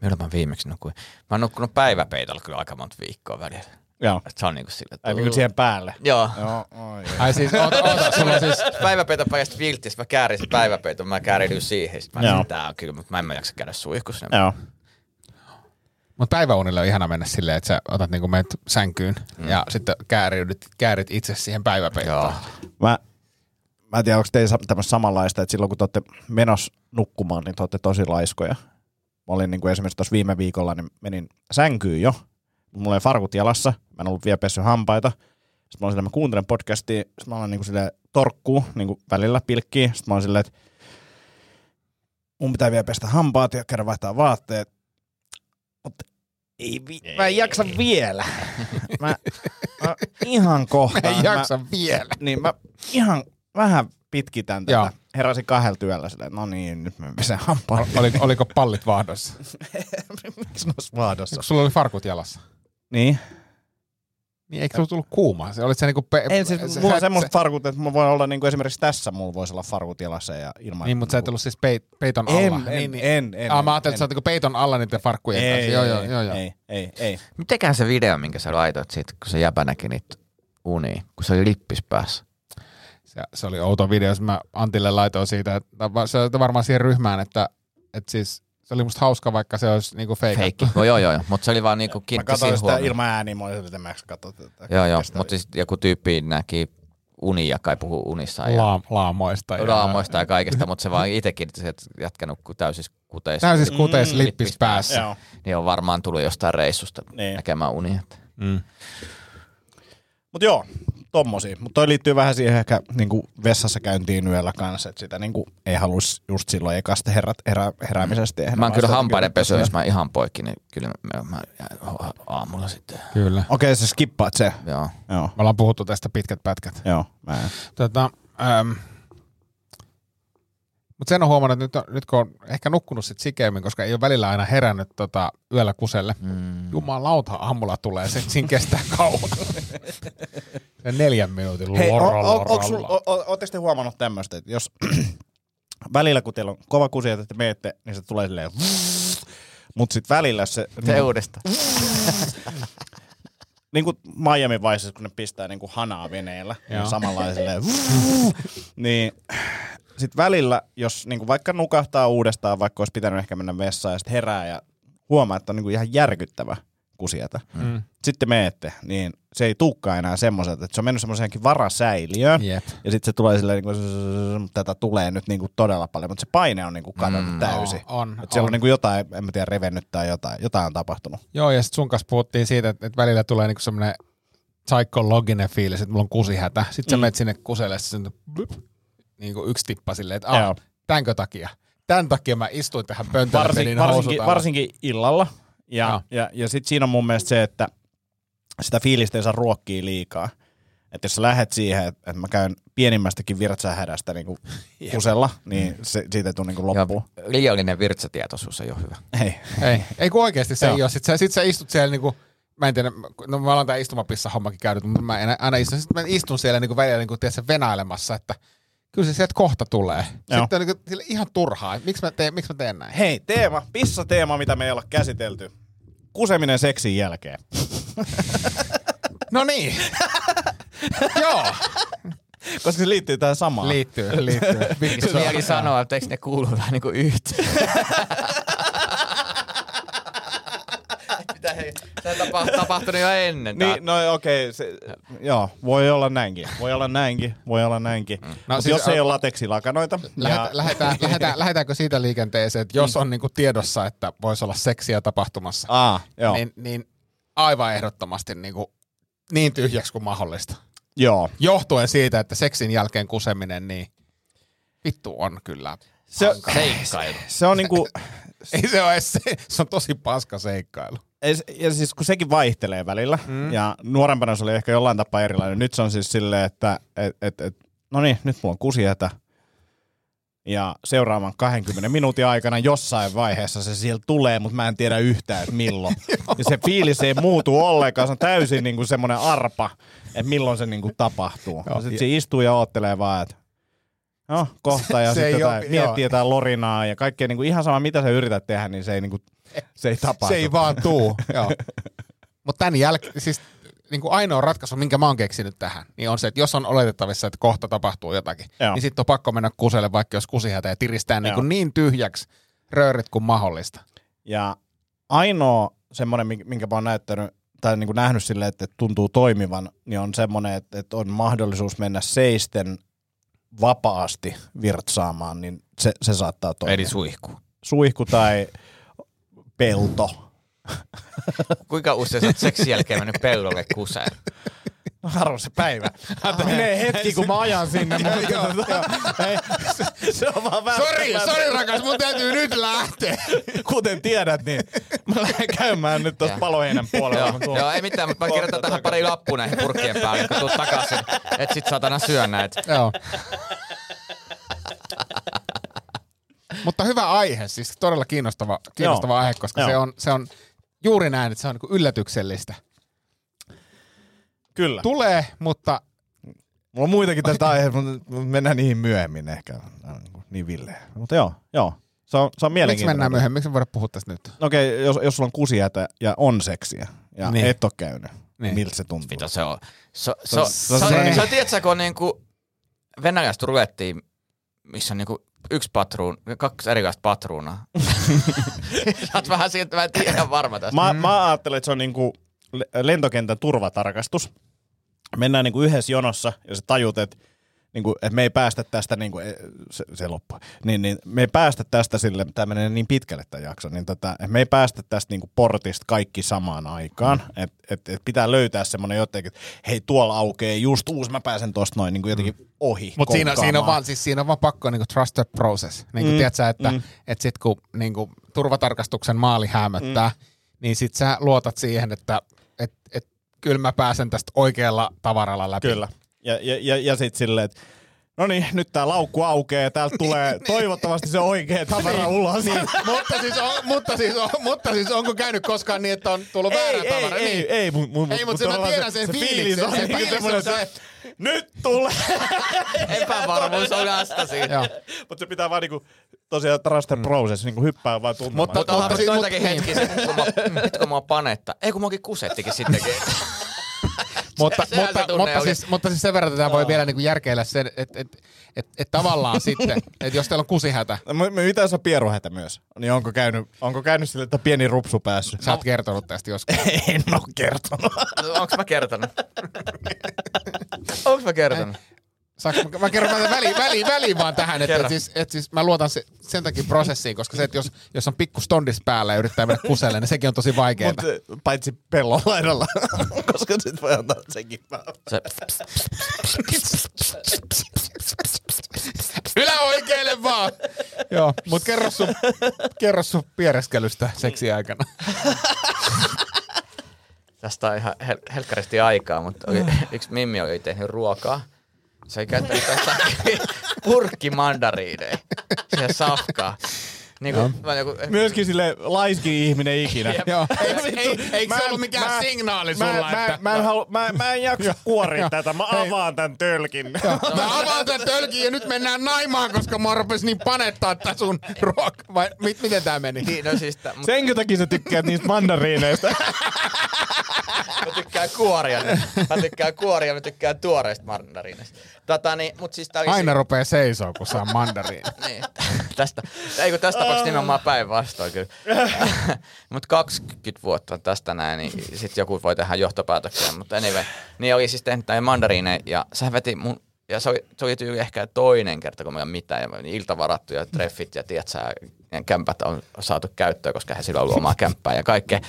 S4: Milloin mä viimeksi nukuin? Mä oon nukkunut päiväpeitolla kyllä aika monta viikkoa välillä.
S6: Joo.
S4: Et Se on niinku sille.
S6: Ei kyllä siihen päälle.
S4: Joo.
S6: Joo, oi.
S5: Ai siis, oota, oota, sulla on siis...
S4: Päiväpeito päästä vilttis, mä käärin sen päiväpeiton, mä käärin siihen. Sitten mä
S6: Joo.
S4: sanoin, tää on kyllä, mutta mä en mä jaksa käydä suihkussa. Niin
S6: Joo.
S5: Mutta päiväunille on ihana mennä silleen, että sä otat niinku menet sänkyyn mm. ja sitten kääriydyt, käärit itse siihen päiväpeittoon.
S4: Joo.
S5: Joo.
S6: Mä, mä en tiedä, onko teillä sa- tämmöistä samanlaista, että silloin kun te olette menossa nukkumaan, niin te olette tosi laiskoja. Mä olin niin kuin esimerkiksi tuossa viime viikolla, niin menin sänkyyn jo. Mulla oli farkut jalassa, mä en ollut vielä pessy hampaita. Sitten mä olin silleen, mä kuuntelen podcastia, sitten mä olin niin kuin silleen torkkuu niin kuin välillä pilkkiin. Sitten mä olin silleen, että mun pitää vielä pestä hampaat ja käydä vaihtaa vaatteet. Mutta ei, vi- mä en jaksa vielä. mä, mä ihan kohta.
S5: Ei
S6: Mä-
S5: jaksa vielä.
S6: niin mä ihan vähän pitkitän tätä.
S5: Joo.
S6: Heräsin kahdelta työllä silleen, no niin, nyt mä pesen hampaan.
S5: Oli, oliko pallit vaahdossa?
S6: Miksi ne olisi vaadossa?
S5: Kun sulla oli farkut jalassa.
S6: Niin.
S5: Niin eikö sulla tullut kuuma? Se, olit se niinku pe-
S6: Ei, siis
S5: se-
S6: mulla on
S5: sä-
S6: semmoista
S5: sä-
S6: farkut, että mä voin olla niinku esimerkiksi tässä, mulla voisi olla farkut jalassa ja ilman.
S5: Niin, mutta sä et ollut siis peit, peiton alla.
S6: en, en,
S5: niin,
S6: en,
S5: niin.
S6: en, en,
S5: ah, mä ajattelin, että
S6: en.
S5: sä oot niinku peiton alla niiden farkkujen
S6: ei,
S5: kanssa.
S6: ei,
S5: Joo,
S6: ei,
S5: joo, joo, joo.
S6: ei, ei, ei.
S4: Mitenkään se video, minkä sä laitoit siitä, kun se jäpä näki niitä unia, kun se oli lippis päässä.
S5: Se, se oli outo video, jos mä Antille laitoin siitä, että va- se oli varmaan siihen ryhmään, että, että siis se oli musta hauska, vaikka se olisi niinku feikattu.
S4: Feikki. No, joo, joo, joo. Mutta se oli vaan niinku
S6: Mä
S4: kiinnitti
S6: katsoin
S4: siihen
S6: sitä
S4: huomioon.
S6: ilman ääniä, mä olin silleen, että mä en katso tätä.
S4: Joo, joo.
S6: Kestä-
S4: Mutta siis joku tyyppi näki unia, kai puhuu unissaan. Ja...
S5: La- laamoista. ja-
S4: raamoista ja kaikesta, mutta se vaan itsekin, että se et jätkä nukkuu täysis kuteissa,
S5: Täysis kuteis
S6: Mm,
S5: lippis siis päässä.
S6: Joo.
S4: niin on varmaan tullut jostain reissusta
S6: Niin.
S4: näkemään unia. että-
S5: Mm.
S6: Mut joo, tommosia. Mutta toi liittyy vähän siihen ehkä niinku vessassa käyntiin yöllä kanssa, että sitä niinku ei halus just silloin ekasta herät, herä, heräämisestä tehdä.
S4: Mä oon kyllä
S6: Vaan sitä-
S4: hampaiden pesö, jos mä ihan poikki, niin kyllä mä, mä mä- aamulla sitten.
S5: Kyllä.
S6: Okei, sä skippaat se.
S4: Joo.
S6: Joo.
S5: Me ollaan puhuttu tästä pitkät pätkät.
S6: Joo, mä en.
S5: Tota, ähm, mutta sen on huomannut, että nyt, on, nyt kun on ehkä nukkunut sit sikeämmin, koska ei ole välillä aina herännyt tota, yöllä kuselle.
S4: Mm.
S5: Jumalauta, aamulla tulee se, siinä kestää kauan. Se neljän minuutin
S6: Hei,
S5: lorra,
S6: o- o-
S5: lorra,
S6: onks sul-
S5: lorra.
S6: o- o- ootteko te huomannut tämmöistä, että jos välillä kun teillä on kova kusi, että te meette, niin se tulee silleen mutta sitten välillä se,
S4: Se
S6: niin,
S4: uudestaan.
S6: niin kuin Miami Viceissa, kun ne pistää niin kuin hanaa veneellä, niin
S5: Joo.
S6: samalla silleen, niin sitten välillä, jos niin kuin vaikka nukahtaa uudestaan, vaikka olisi pitänyt ehkä mennä vessaan ja sitten herää ja huomaa, että on niin kuin ihan järkyttävä kusieta,
S5: Mm.
S6: sitten meette, niin se ei tulekaan enää semmoiselta, että se on mennyt semmoiseenkin varasäiliöön,
S5: Jep.
S6: Ja sitten se tulee silleen, niin kuin, tätä tulee nyt niin kuin todella paljon, mutta se paine on niin kuin kadonnut
S4: Mm,
S6: mm, täysin.
S5: On, on,
S6: Et siellä on niin kuin jotain, en mä tiedä, revennyt tai jotain, jotain on tapahtunut.
S5: Joo, ja sitten sun kanssa puhuttiin siitä, että, että välillä tulee niinku semmoinen psykologinen fiilis, että mulla on kusihätä. Sitten
S6: Mm.
S5: sä menet sinne kuselle, sitten blup, niin kuin yksi tippa silleen, että
S6: Joo.
S5: aah, tämänkö takia? Tämän takia mä istuin tähän pöntään
S6: Varsin, varsinkin, varsinkin illalla. Ja,
S5: Joo.
S6: ja, ja sitten siinä on mun mielestä se, että sitä fiilistä ei saa ruokkia liikaa. Että jos sä lähet siihen, että että mä käyn pienimmästäkin virtsähädästä niin kusella, niin se, siitä ei tule niin loppuun.
S4: Ja liiallinen virtsatietoisuus ei ole hyvä.
S6: Ei.
S5: Ei, ei kun oikeasti se
S6: Joo.
S5: ei ole. Sitten sä, sit sä istut siellä niinku, mä en tiedä, no mä alan tää istumapissa hommakin käynyt, mutta mä en, aina istun, sit mä istun siellä niinku välillä niinku, tiedätkö, venailemassa, että kyllä se sieltä kohta tulee.
S6: Joo.
S5: Sitten on niinku, sille ihan turhaa, että miksi mä teen, miksi mä teen näin?
S6: Hei, teema, pissateema, mitä me ei olla käsitelty. Kuseminen seksin jälkeen.
S5: No niin. Joo,
S6: Koska se liittyy tähän samaan.
S5: liittyy, liittyy. Vittu, se on-
S4: Niin Mieli sanoa, että eikö ne kuulu vähän niin kuin yhteen. Mitä hei, tämä tapa, tapahtunut jo ennen. tää.
S6: Niin, no okei, okay, joo, voi olla näinkin, voi olla näinkin, voi olla näinkin. Mm. No, siis,
S5: siis-
S6: jos ei ole lateksi-lakanoita,
S5: Lähetä,
S6: ja,
S5: lähetään, lähetään, lähetäänkö siitä liikenteeseen, että
S6: Niin.
S5: jos on niinku tiedossa, että voisi olla seksiä tapahtumassa,
S6: aa, joo, niin.
S5: niin, niin aivan ehdottomasti niinku, niin tyhjäksi kuin mahdollista.
S6: joo.
S5: johtuen siitä, että seksin jälkeen kuseminen, niin vittu on kyllä.
S6: Se,
S4: no- Seikkailu.
S6: se on niinku,
S5: Ei se ole edes se, se on tosi paska seikkailu.
S6: ei se- ja siis kun sekin vaihtelee välillä, mm. ja nuorempana se oli ehkä jollain tapaa erilainen. Nyt se on siis silleen, että et, et, et, no niin, nyt mulla on kusihätä. Ja seuraavan 20 minuutin aikana jossain vaiheessa se siellä tulee, mutta mä en tiedä yhtään, että milloin. ja se fiilis ei muutu ollenkaan, se on täysin niinku semmoinen arpa, että milloin se niinku tapahtuu.
S5: Joo.
S6: Ja sitten se istuu ja oottelee vaan, että no kohta ja
S5: Se- se
S6: sitten
S5: ei
S6: jotain,
S5: oo-
S6: miettii
S5: joo.
S6: jotain lorinaa ja kaikkea niinku ihan sama, mitä sä yrität tehdä, niin se ei, niinku, se ei tapahdu.
S5: Se ei vaan tuu. Mutta tämän jälkeen, siis niin kuin ainoa ratkaisu, minkä mä oon keksinyt tähän, niin on se, että jos on oletettavissa, että kohta tapahtuu jotakin,
S6: Joo.
S5: Joo. niin sitten on pakko mennä kuselle, vaikka jos kusihätä ja tiristää niin,
S6: Joo.
S5: kuin niin tyhjäksi röörit kuin mahdollista.
S6: Ja ainoa semmoinen, mink- minkä mä oon näyttänyt tai niin kuin nähnyt sille, että tuntuu toimivan, niin on semmoinen, että, että on mahdollisuus mennä seisten vapaasti virtsaamaan, niin se, se saattaa toimia.
S4: Eli suihku.
S6: Suihku tai pelto.
S4: Kuinka usein sä oot seksin jälkeen mennyt pellolle kuseen?
S6: Harvoin No se päivä. Menee hetki, kun mä ajan sinne. se, se on
S4: No,
S6: vaan
S5: Sori, sori rakas, mun täytyy nyt lähteä.
S6: Kuten tiedät, niin mä lähden käymään nyt tuossa
S4: Joo.
S6: paloheinän puolella.
S4: Joo,
S6: kun tuon-
S4: joo, ei mitään, mutta mä kirjoitan tähän pari lappua näihin purkkien päälle, kun tuut takaisin, et sit saatana syö näitä.
S5: Joo. Mutta hyvä aihe, siis todella kiinnostava, kiinnostava
S6: Joo.
S5: aihe, koska
S6: Joo.
S5: se on, se on juuri näin, että se on niin yllätyksellistä.
S6: Kyllä.
S5: Tulee, mutta
S6: Mulla on muitakin tästä aiheesta, mutta mennään niihin myöhemmin ehkä. Nää on niinku Niin villeä. Mutta joo, joo. Se on, se on
S5: miksi
S6: mielenkiintoinen. No
S5: mennään myöhemmin? Miksi me voidaan puhua tästä nyt?
S6: Okei, okay, jos, jos sulla on kusijätä ja on seksiä ja niin.
S5: Niin.
S6: et ole käynyt, niin.
S5: Niin.
S6: miltä se tuntuu?
S4: Mitä se on? Se, se, on-
S6: Se
S4: se,
S6: on
S4: on-
S5: se-
S4: se, on, tiedätkö, kun on niinku venäläistä rulettiin, missä on niinku yksi patruun, kaksi erilaista patruunaa. Sä oot vähän siitä, mä en tiedä ihan varma tästä.
S6: Mä, mm. mä ajattelen, että se on niinku le- lentokentän turvatarkastus. Mennään niinku yhdessä jonossa ja sä tajut, että niinku, et me ei päästä tästä, niinku, e, se, se loppuu, niin, niin, me ei päästä tästä sille, tämä menee niin pitkälle tämä jakso, niin tota, et me ei päästä tästä niinku portista kaikki samaan aikaan. Mm. Et, et, et pitää löytää semmoinen jotenkin, että hei tuolla aukeaa just uusi, mä pääsen tuosta noin niinku jotenkin ohi.
S5: Mutta siinä, siinä, on
S6: konkkaamaan.
S5: vaan, siis siinä on vaan pakko niin trust the process. Niin kuin, mm, tiedätkö, että mm. et sit, kun niin kuin, turvatarkastuksen maali hämöttää, mm. niin sit sä luotat siihen, että et, et, kyllä mä pääsen tästä oikealla tavaralla läpi.
S6: Kyllä. Ja, ja, ja, ja sitten silleen, että no niin, nyt tää laukku aukeaa, täältä tulee toivottavasti se oikea tavara ulos. Niin.
S5: mutta, siis on, mutta, siis on, mutta siis onko käynyt koskaan niin, että on tullut
S6: Ei,
S5: väärä
S6: ei,
S5: tavara?
S6: ei, ei,
S5: niin.
S6: ei, mun, mun,
S5: Ei, mut sen mä
S6: tavallaan
S5: tiedän sen fiiliksen,
S6: on
S5: sen
S6: niinku
S5: fiiliksen,
S6: semmonen,
S5: se-
S6: että nyt tulee.
S4: Epävarmuus on asta siinä.
S5: Joo.
S6: Mutta se pitää vaan niinku, tosiaan trust the process, niinku hyppää vaan tuntumaan.
S5: Mutta-
S4: Mutta niin. onhan
S5: siis- mut-
S4: noitakin hetkiä, sit, kun mä, nyt kun mä oon panetta. Ei kun mä oonkin kusettikin sittenkin.
S5: Mutta,
S4: sehän se
S5: mutta,
S4: tunne
S5: mutta,
S4: oli.
S5: siis, mutta siis sen verran tätä voi vielä niinku järkeillä sen, että et, et, et tavallaan sitten, että jos teillä on kusihätä,
S6: No, m- mitä jos on pieruhätä myös? Niin onko käynyt, onko käynyt sille, että pieni rupsu päässyt?
S5: sä
S4: No.
S5: oot kertonut tästä joskus.
S6: en oo kertonut.
S4: Onks mä kertonut? Onks mä kertonut?
S5: Saanko, mä, mä kerron mä väliin, väliin, väliin vaan tähän, että
S4: Kerro.
S5: et siis, et siis mä luotan se, sen takia prosessiin, koska se, että jos, jos on pikku stondis päällä ja yrittää mennä kuselle, niin sekin on tosi vaikeaa.
S6: Mut, eh, paitsi pellon laidalla, koska sit voi antaa senkin.
S4: Se,
S5: Yläoikeille vaan! Joo, mut kerro sun, kerro sun piereskelystä seksi aikana.
S4: tästä on ihan hel- helkkaristi aikaa, mutta oli, yksi mimmi oli tehnyt ruokaa. Se oli käyttänyt tästä purkkimandariineja siihen safkaa. Niin kuin, no. joku,
S6: Myöskin sille laiski ihminen ikinä.
S5: Joo.
S6: Ei, ei,
S5: Eikö se
S6: mä en-
S5: ollut mikään
S6: mä-
S5: signaali
S6: Mä,
S5: sulla,
S6: mä,
S5: että...
S6: mä, mä, en halu, mä, mä en jaksa kuoria tätä, mä avaan tän tölkin.
S5: Mä avaan tän tölkin ja nyt mennään naimaan, koska mua rupesi niin panettaa tää sun ruoka... Vai mit, miten tää meni?
S4: Niin, no siis, t- mut
S6: Senkö takia sä tykkäät niistä mandariineista?
S4: mä tykkään kuoria. Mä tykkään kuoria, mä tykkään tuoreista mandariineista. Tota, niin, mut siis tää oli
S5: Aina rupee seisoo, kun saa mandariin.
S4: niin, tästä, ei kun tässä tapauksessa nimenomaan päinvastoin kyllä. mutta 20 vuotta tästä näin, niin sit joku voi tehdä johtopäätöksiä, mutta anyway. Niin oli siis tehnyt näin mandariine ja sä veti mun, ja se oli, se oli tyyli ehkä toinen kerta, kun meillä on mitään, ja me oli iltavarattu ja treffit ja tiedät sä, ne kämpät on saatu käyttöön, koska hän sillä on ollut omaa kämppää ja kaikkea.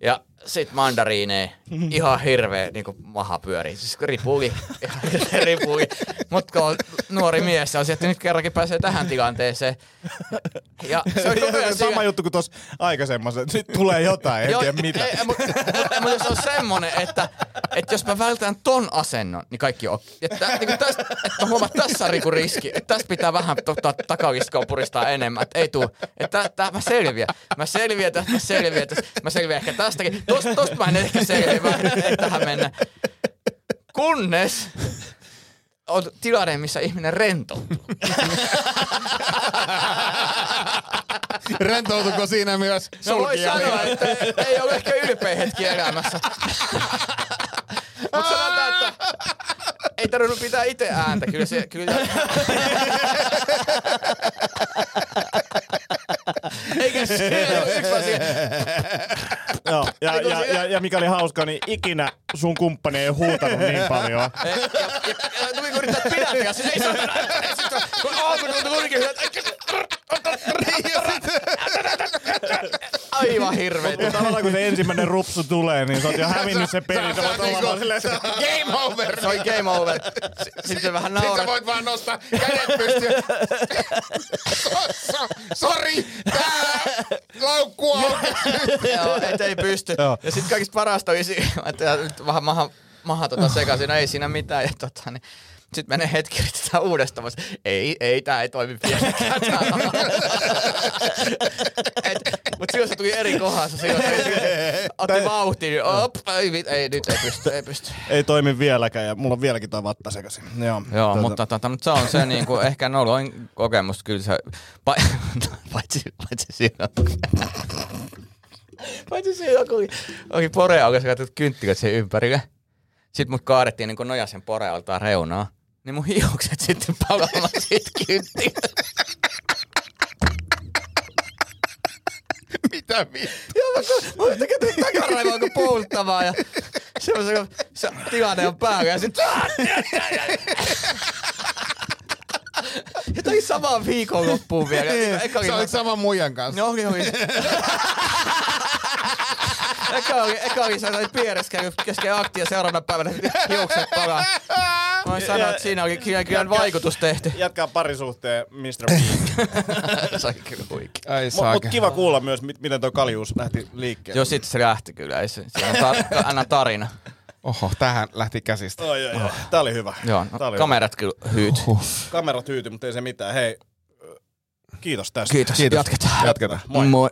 S4: Ja sit mandariinei, ihan hirveä niin maha pyörii, siis ripuli, ihan hirveä ripuli. Mut kun on nuori mies, se on se, että nyt kerrankin pääsee tähän tilanteeseen. Ja se on koko ajan
S6: Sama
S4: siinä-
S6: juttu kuin tuossa aikaisemmassa, että nyt tulee jotain, en tiedä mitä.
S4: mutta mut jos on semmonen, että, että jos mä vältän ton asennon, niin kaikki on. Että, niin kuin tästä, että mä huomaan, että tässä on niinku riski. Että tässä pitää vähän tota, takaliskoon puristaa enemmän. Että ei tuu. Että tää, mä selviän. Mä selviän tästä, mä selviän tästä. Mä selviän ehkä tästäkin. Tosta, tosta mä en ehkä selviä. Mä en tähän mennä. Kunnes on tilanne, missä ihminen rentoutuu.
S5: Rentoutuko siinä myös
S4: No voi
S5: sulkija?
S4: sanoa, että ei ole ehkä ylpeä hetki elämässä. Mutta sanotaan, että ei tarvinnut pitää itse ääntä. Kyllä se, kyllä. Eikä se ole yksi asia.
S6: Joo, ja, ja, ja, ja mikä oli hauska, niin ikinä sun kumppani ei huutanut niin paljon.
S4: Ja, ja, ja, ja tuli kun yrittää pidättää, siis ei satana. Ei satana. Kun aamu tuntui murkin, aivan hirveetä.
S6: Mutta tavallaan kun se ensimmäinen rupsu tulee, niin sä oot jo hävinnyt se peli. Sä voit olla vaan silleen, että
S5: niinku Game over!
S4: Se oli game over. S- Sitten se vähän
S5: Sitten
S4: naurat.
S5: sä voit vaan nostaa kädet pystyyn. So- so- Sori, tää laukku auki.
S4: Joo, et ei pysty. Ja sitten kaikista parasta oli si- mä ajattelin, että nyt vähän maha, maha tota sekaisin, no ei siinä mitään. Ja tota, niin, sitten menee hetki yritetään uudestaan. Mä sanoin, Ei, ei, tää ei toimi vieläkään. tää homma." Et, mut silloin se tuli eri kohdassa. Silloin se se otti vauhtiin. Niin, op, ei, vi- ei, nyt ei pysty, ei pysty.
S6: ei toimi vieläkään ja mulla on vieläkin toi vatta sekaisin. Joo,
S4: Joo,
S6: tota,
S4: mutta, tota, mutta se on se niin kuin, ehkä noloin kokemus kyllä se, pa, paitsi, paitsi silloin, kun- paitsi silloin, kun oli- oli poreaukas, katsot kynttilät sen ympärille. Sitten mut kaadettiin niin nojasen porealtaan reunaa. Niin mun hiukset sitten palasivat kynttilät.
S5: Mitä vittu?
S4: Joo, mä kun- mä yhtäkkiä tulin takaraivoon kuin polttavaa ja se on se, kun se tilanne on päällä ja sit... Ja toi samaan viikonloppuun vielä. Eka oli,
S5: Sä olit saman muijan kanssa.
S4: no, oli, oli. Eka oli, eka oli sellainen piereskely kesken aktia seuraavana päivänä hiukset palaa. Mä voin sanoa, että siinä oli kyllä, kyllä vaikutus tehty.
S6: Jatkaa parisuhteen, mistä
S4: Se oli kyllä huikea.
S5: Ai
S6: Mutta kiva kuulla myös, mit- miten toi kaljuus lähti liikkeelle.
S4: Joo, sit se lähti kyllä. Ei se, se on tar- anna tarina.
S5: Oho, tähän lähti käsistä.
S6: Oi, oi, oi. Tää oli hyvä.
S4: Joo,
S6: Tää oli
S4: no, kamerat kyllä hyyty.
S6: hyvä. Kamera tyyty, mutta ei se mitään. Hei, kiitos tästä.
S4: Kiitos. Kiitos. Jatketaan.
S5: Jatketaan.
S6: Moi.
S4: Moi.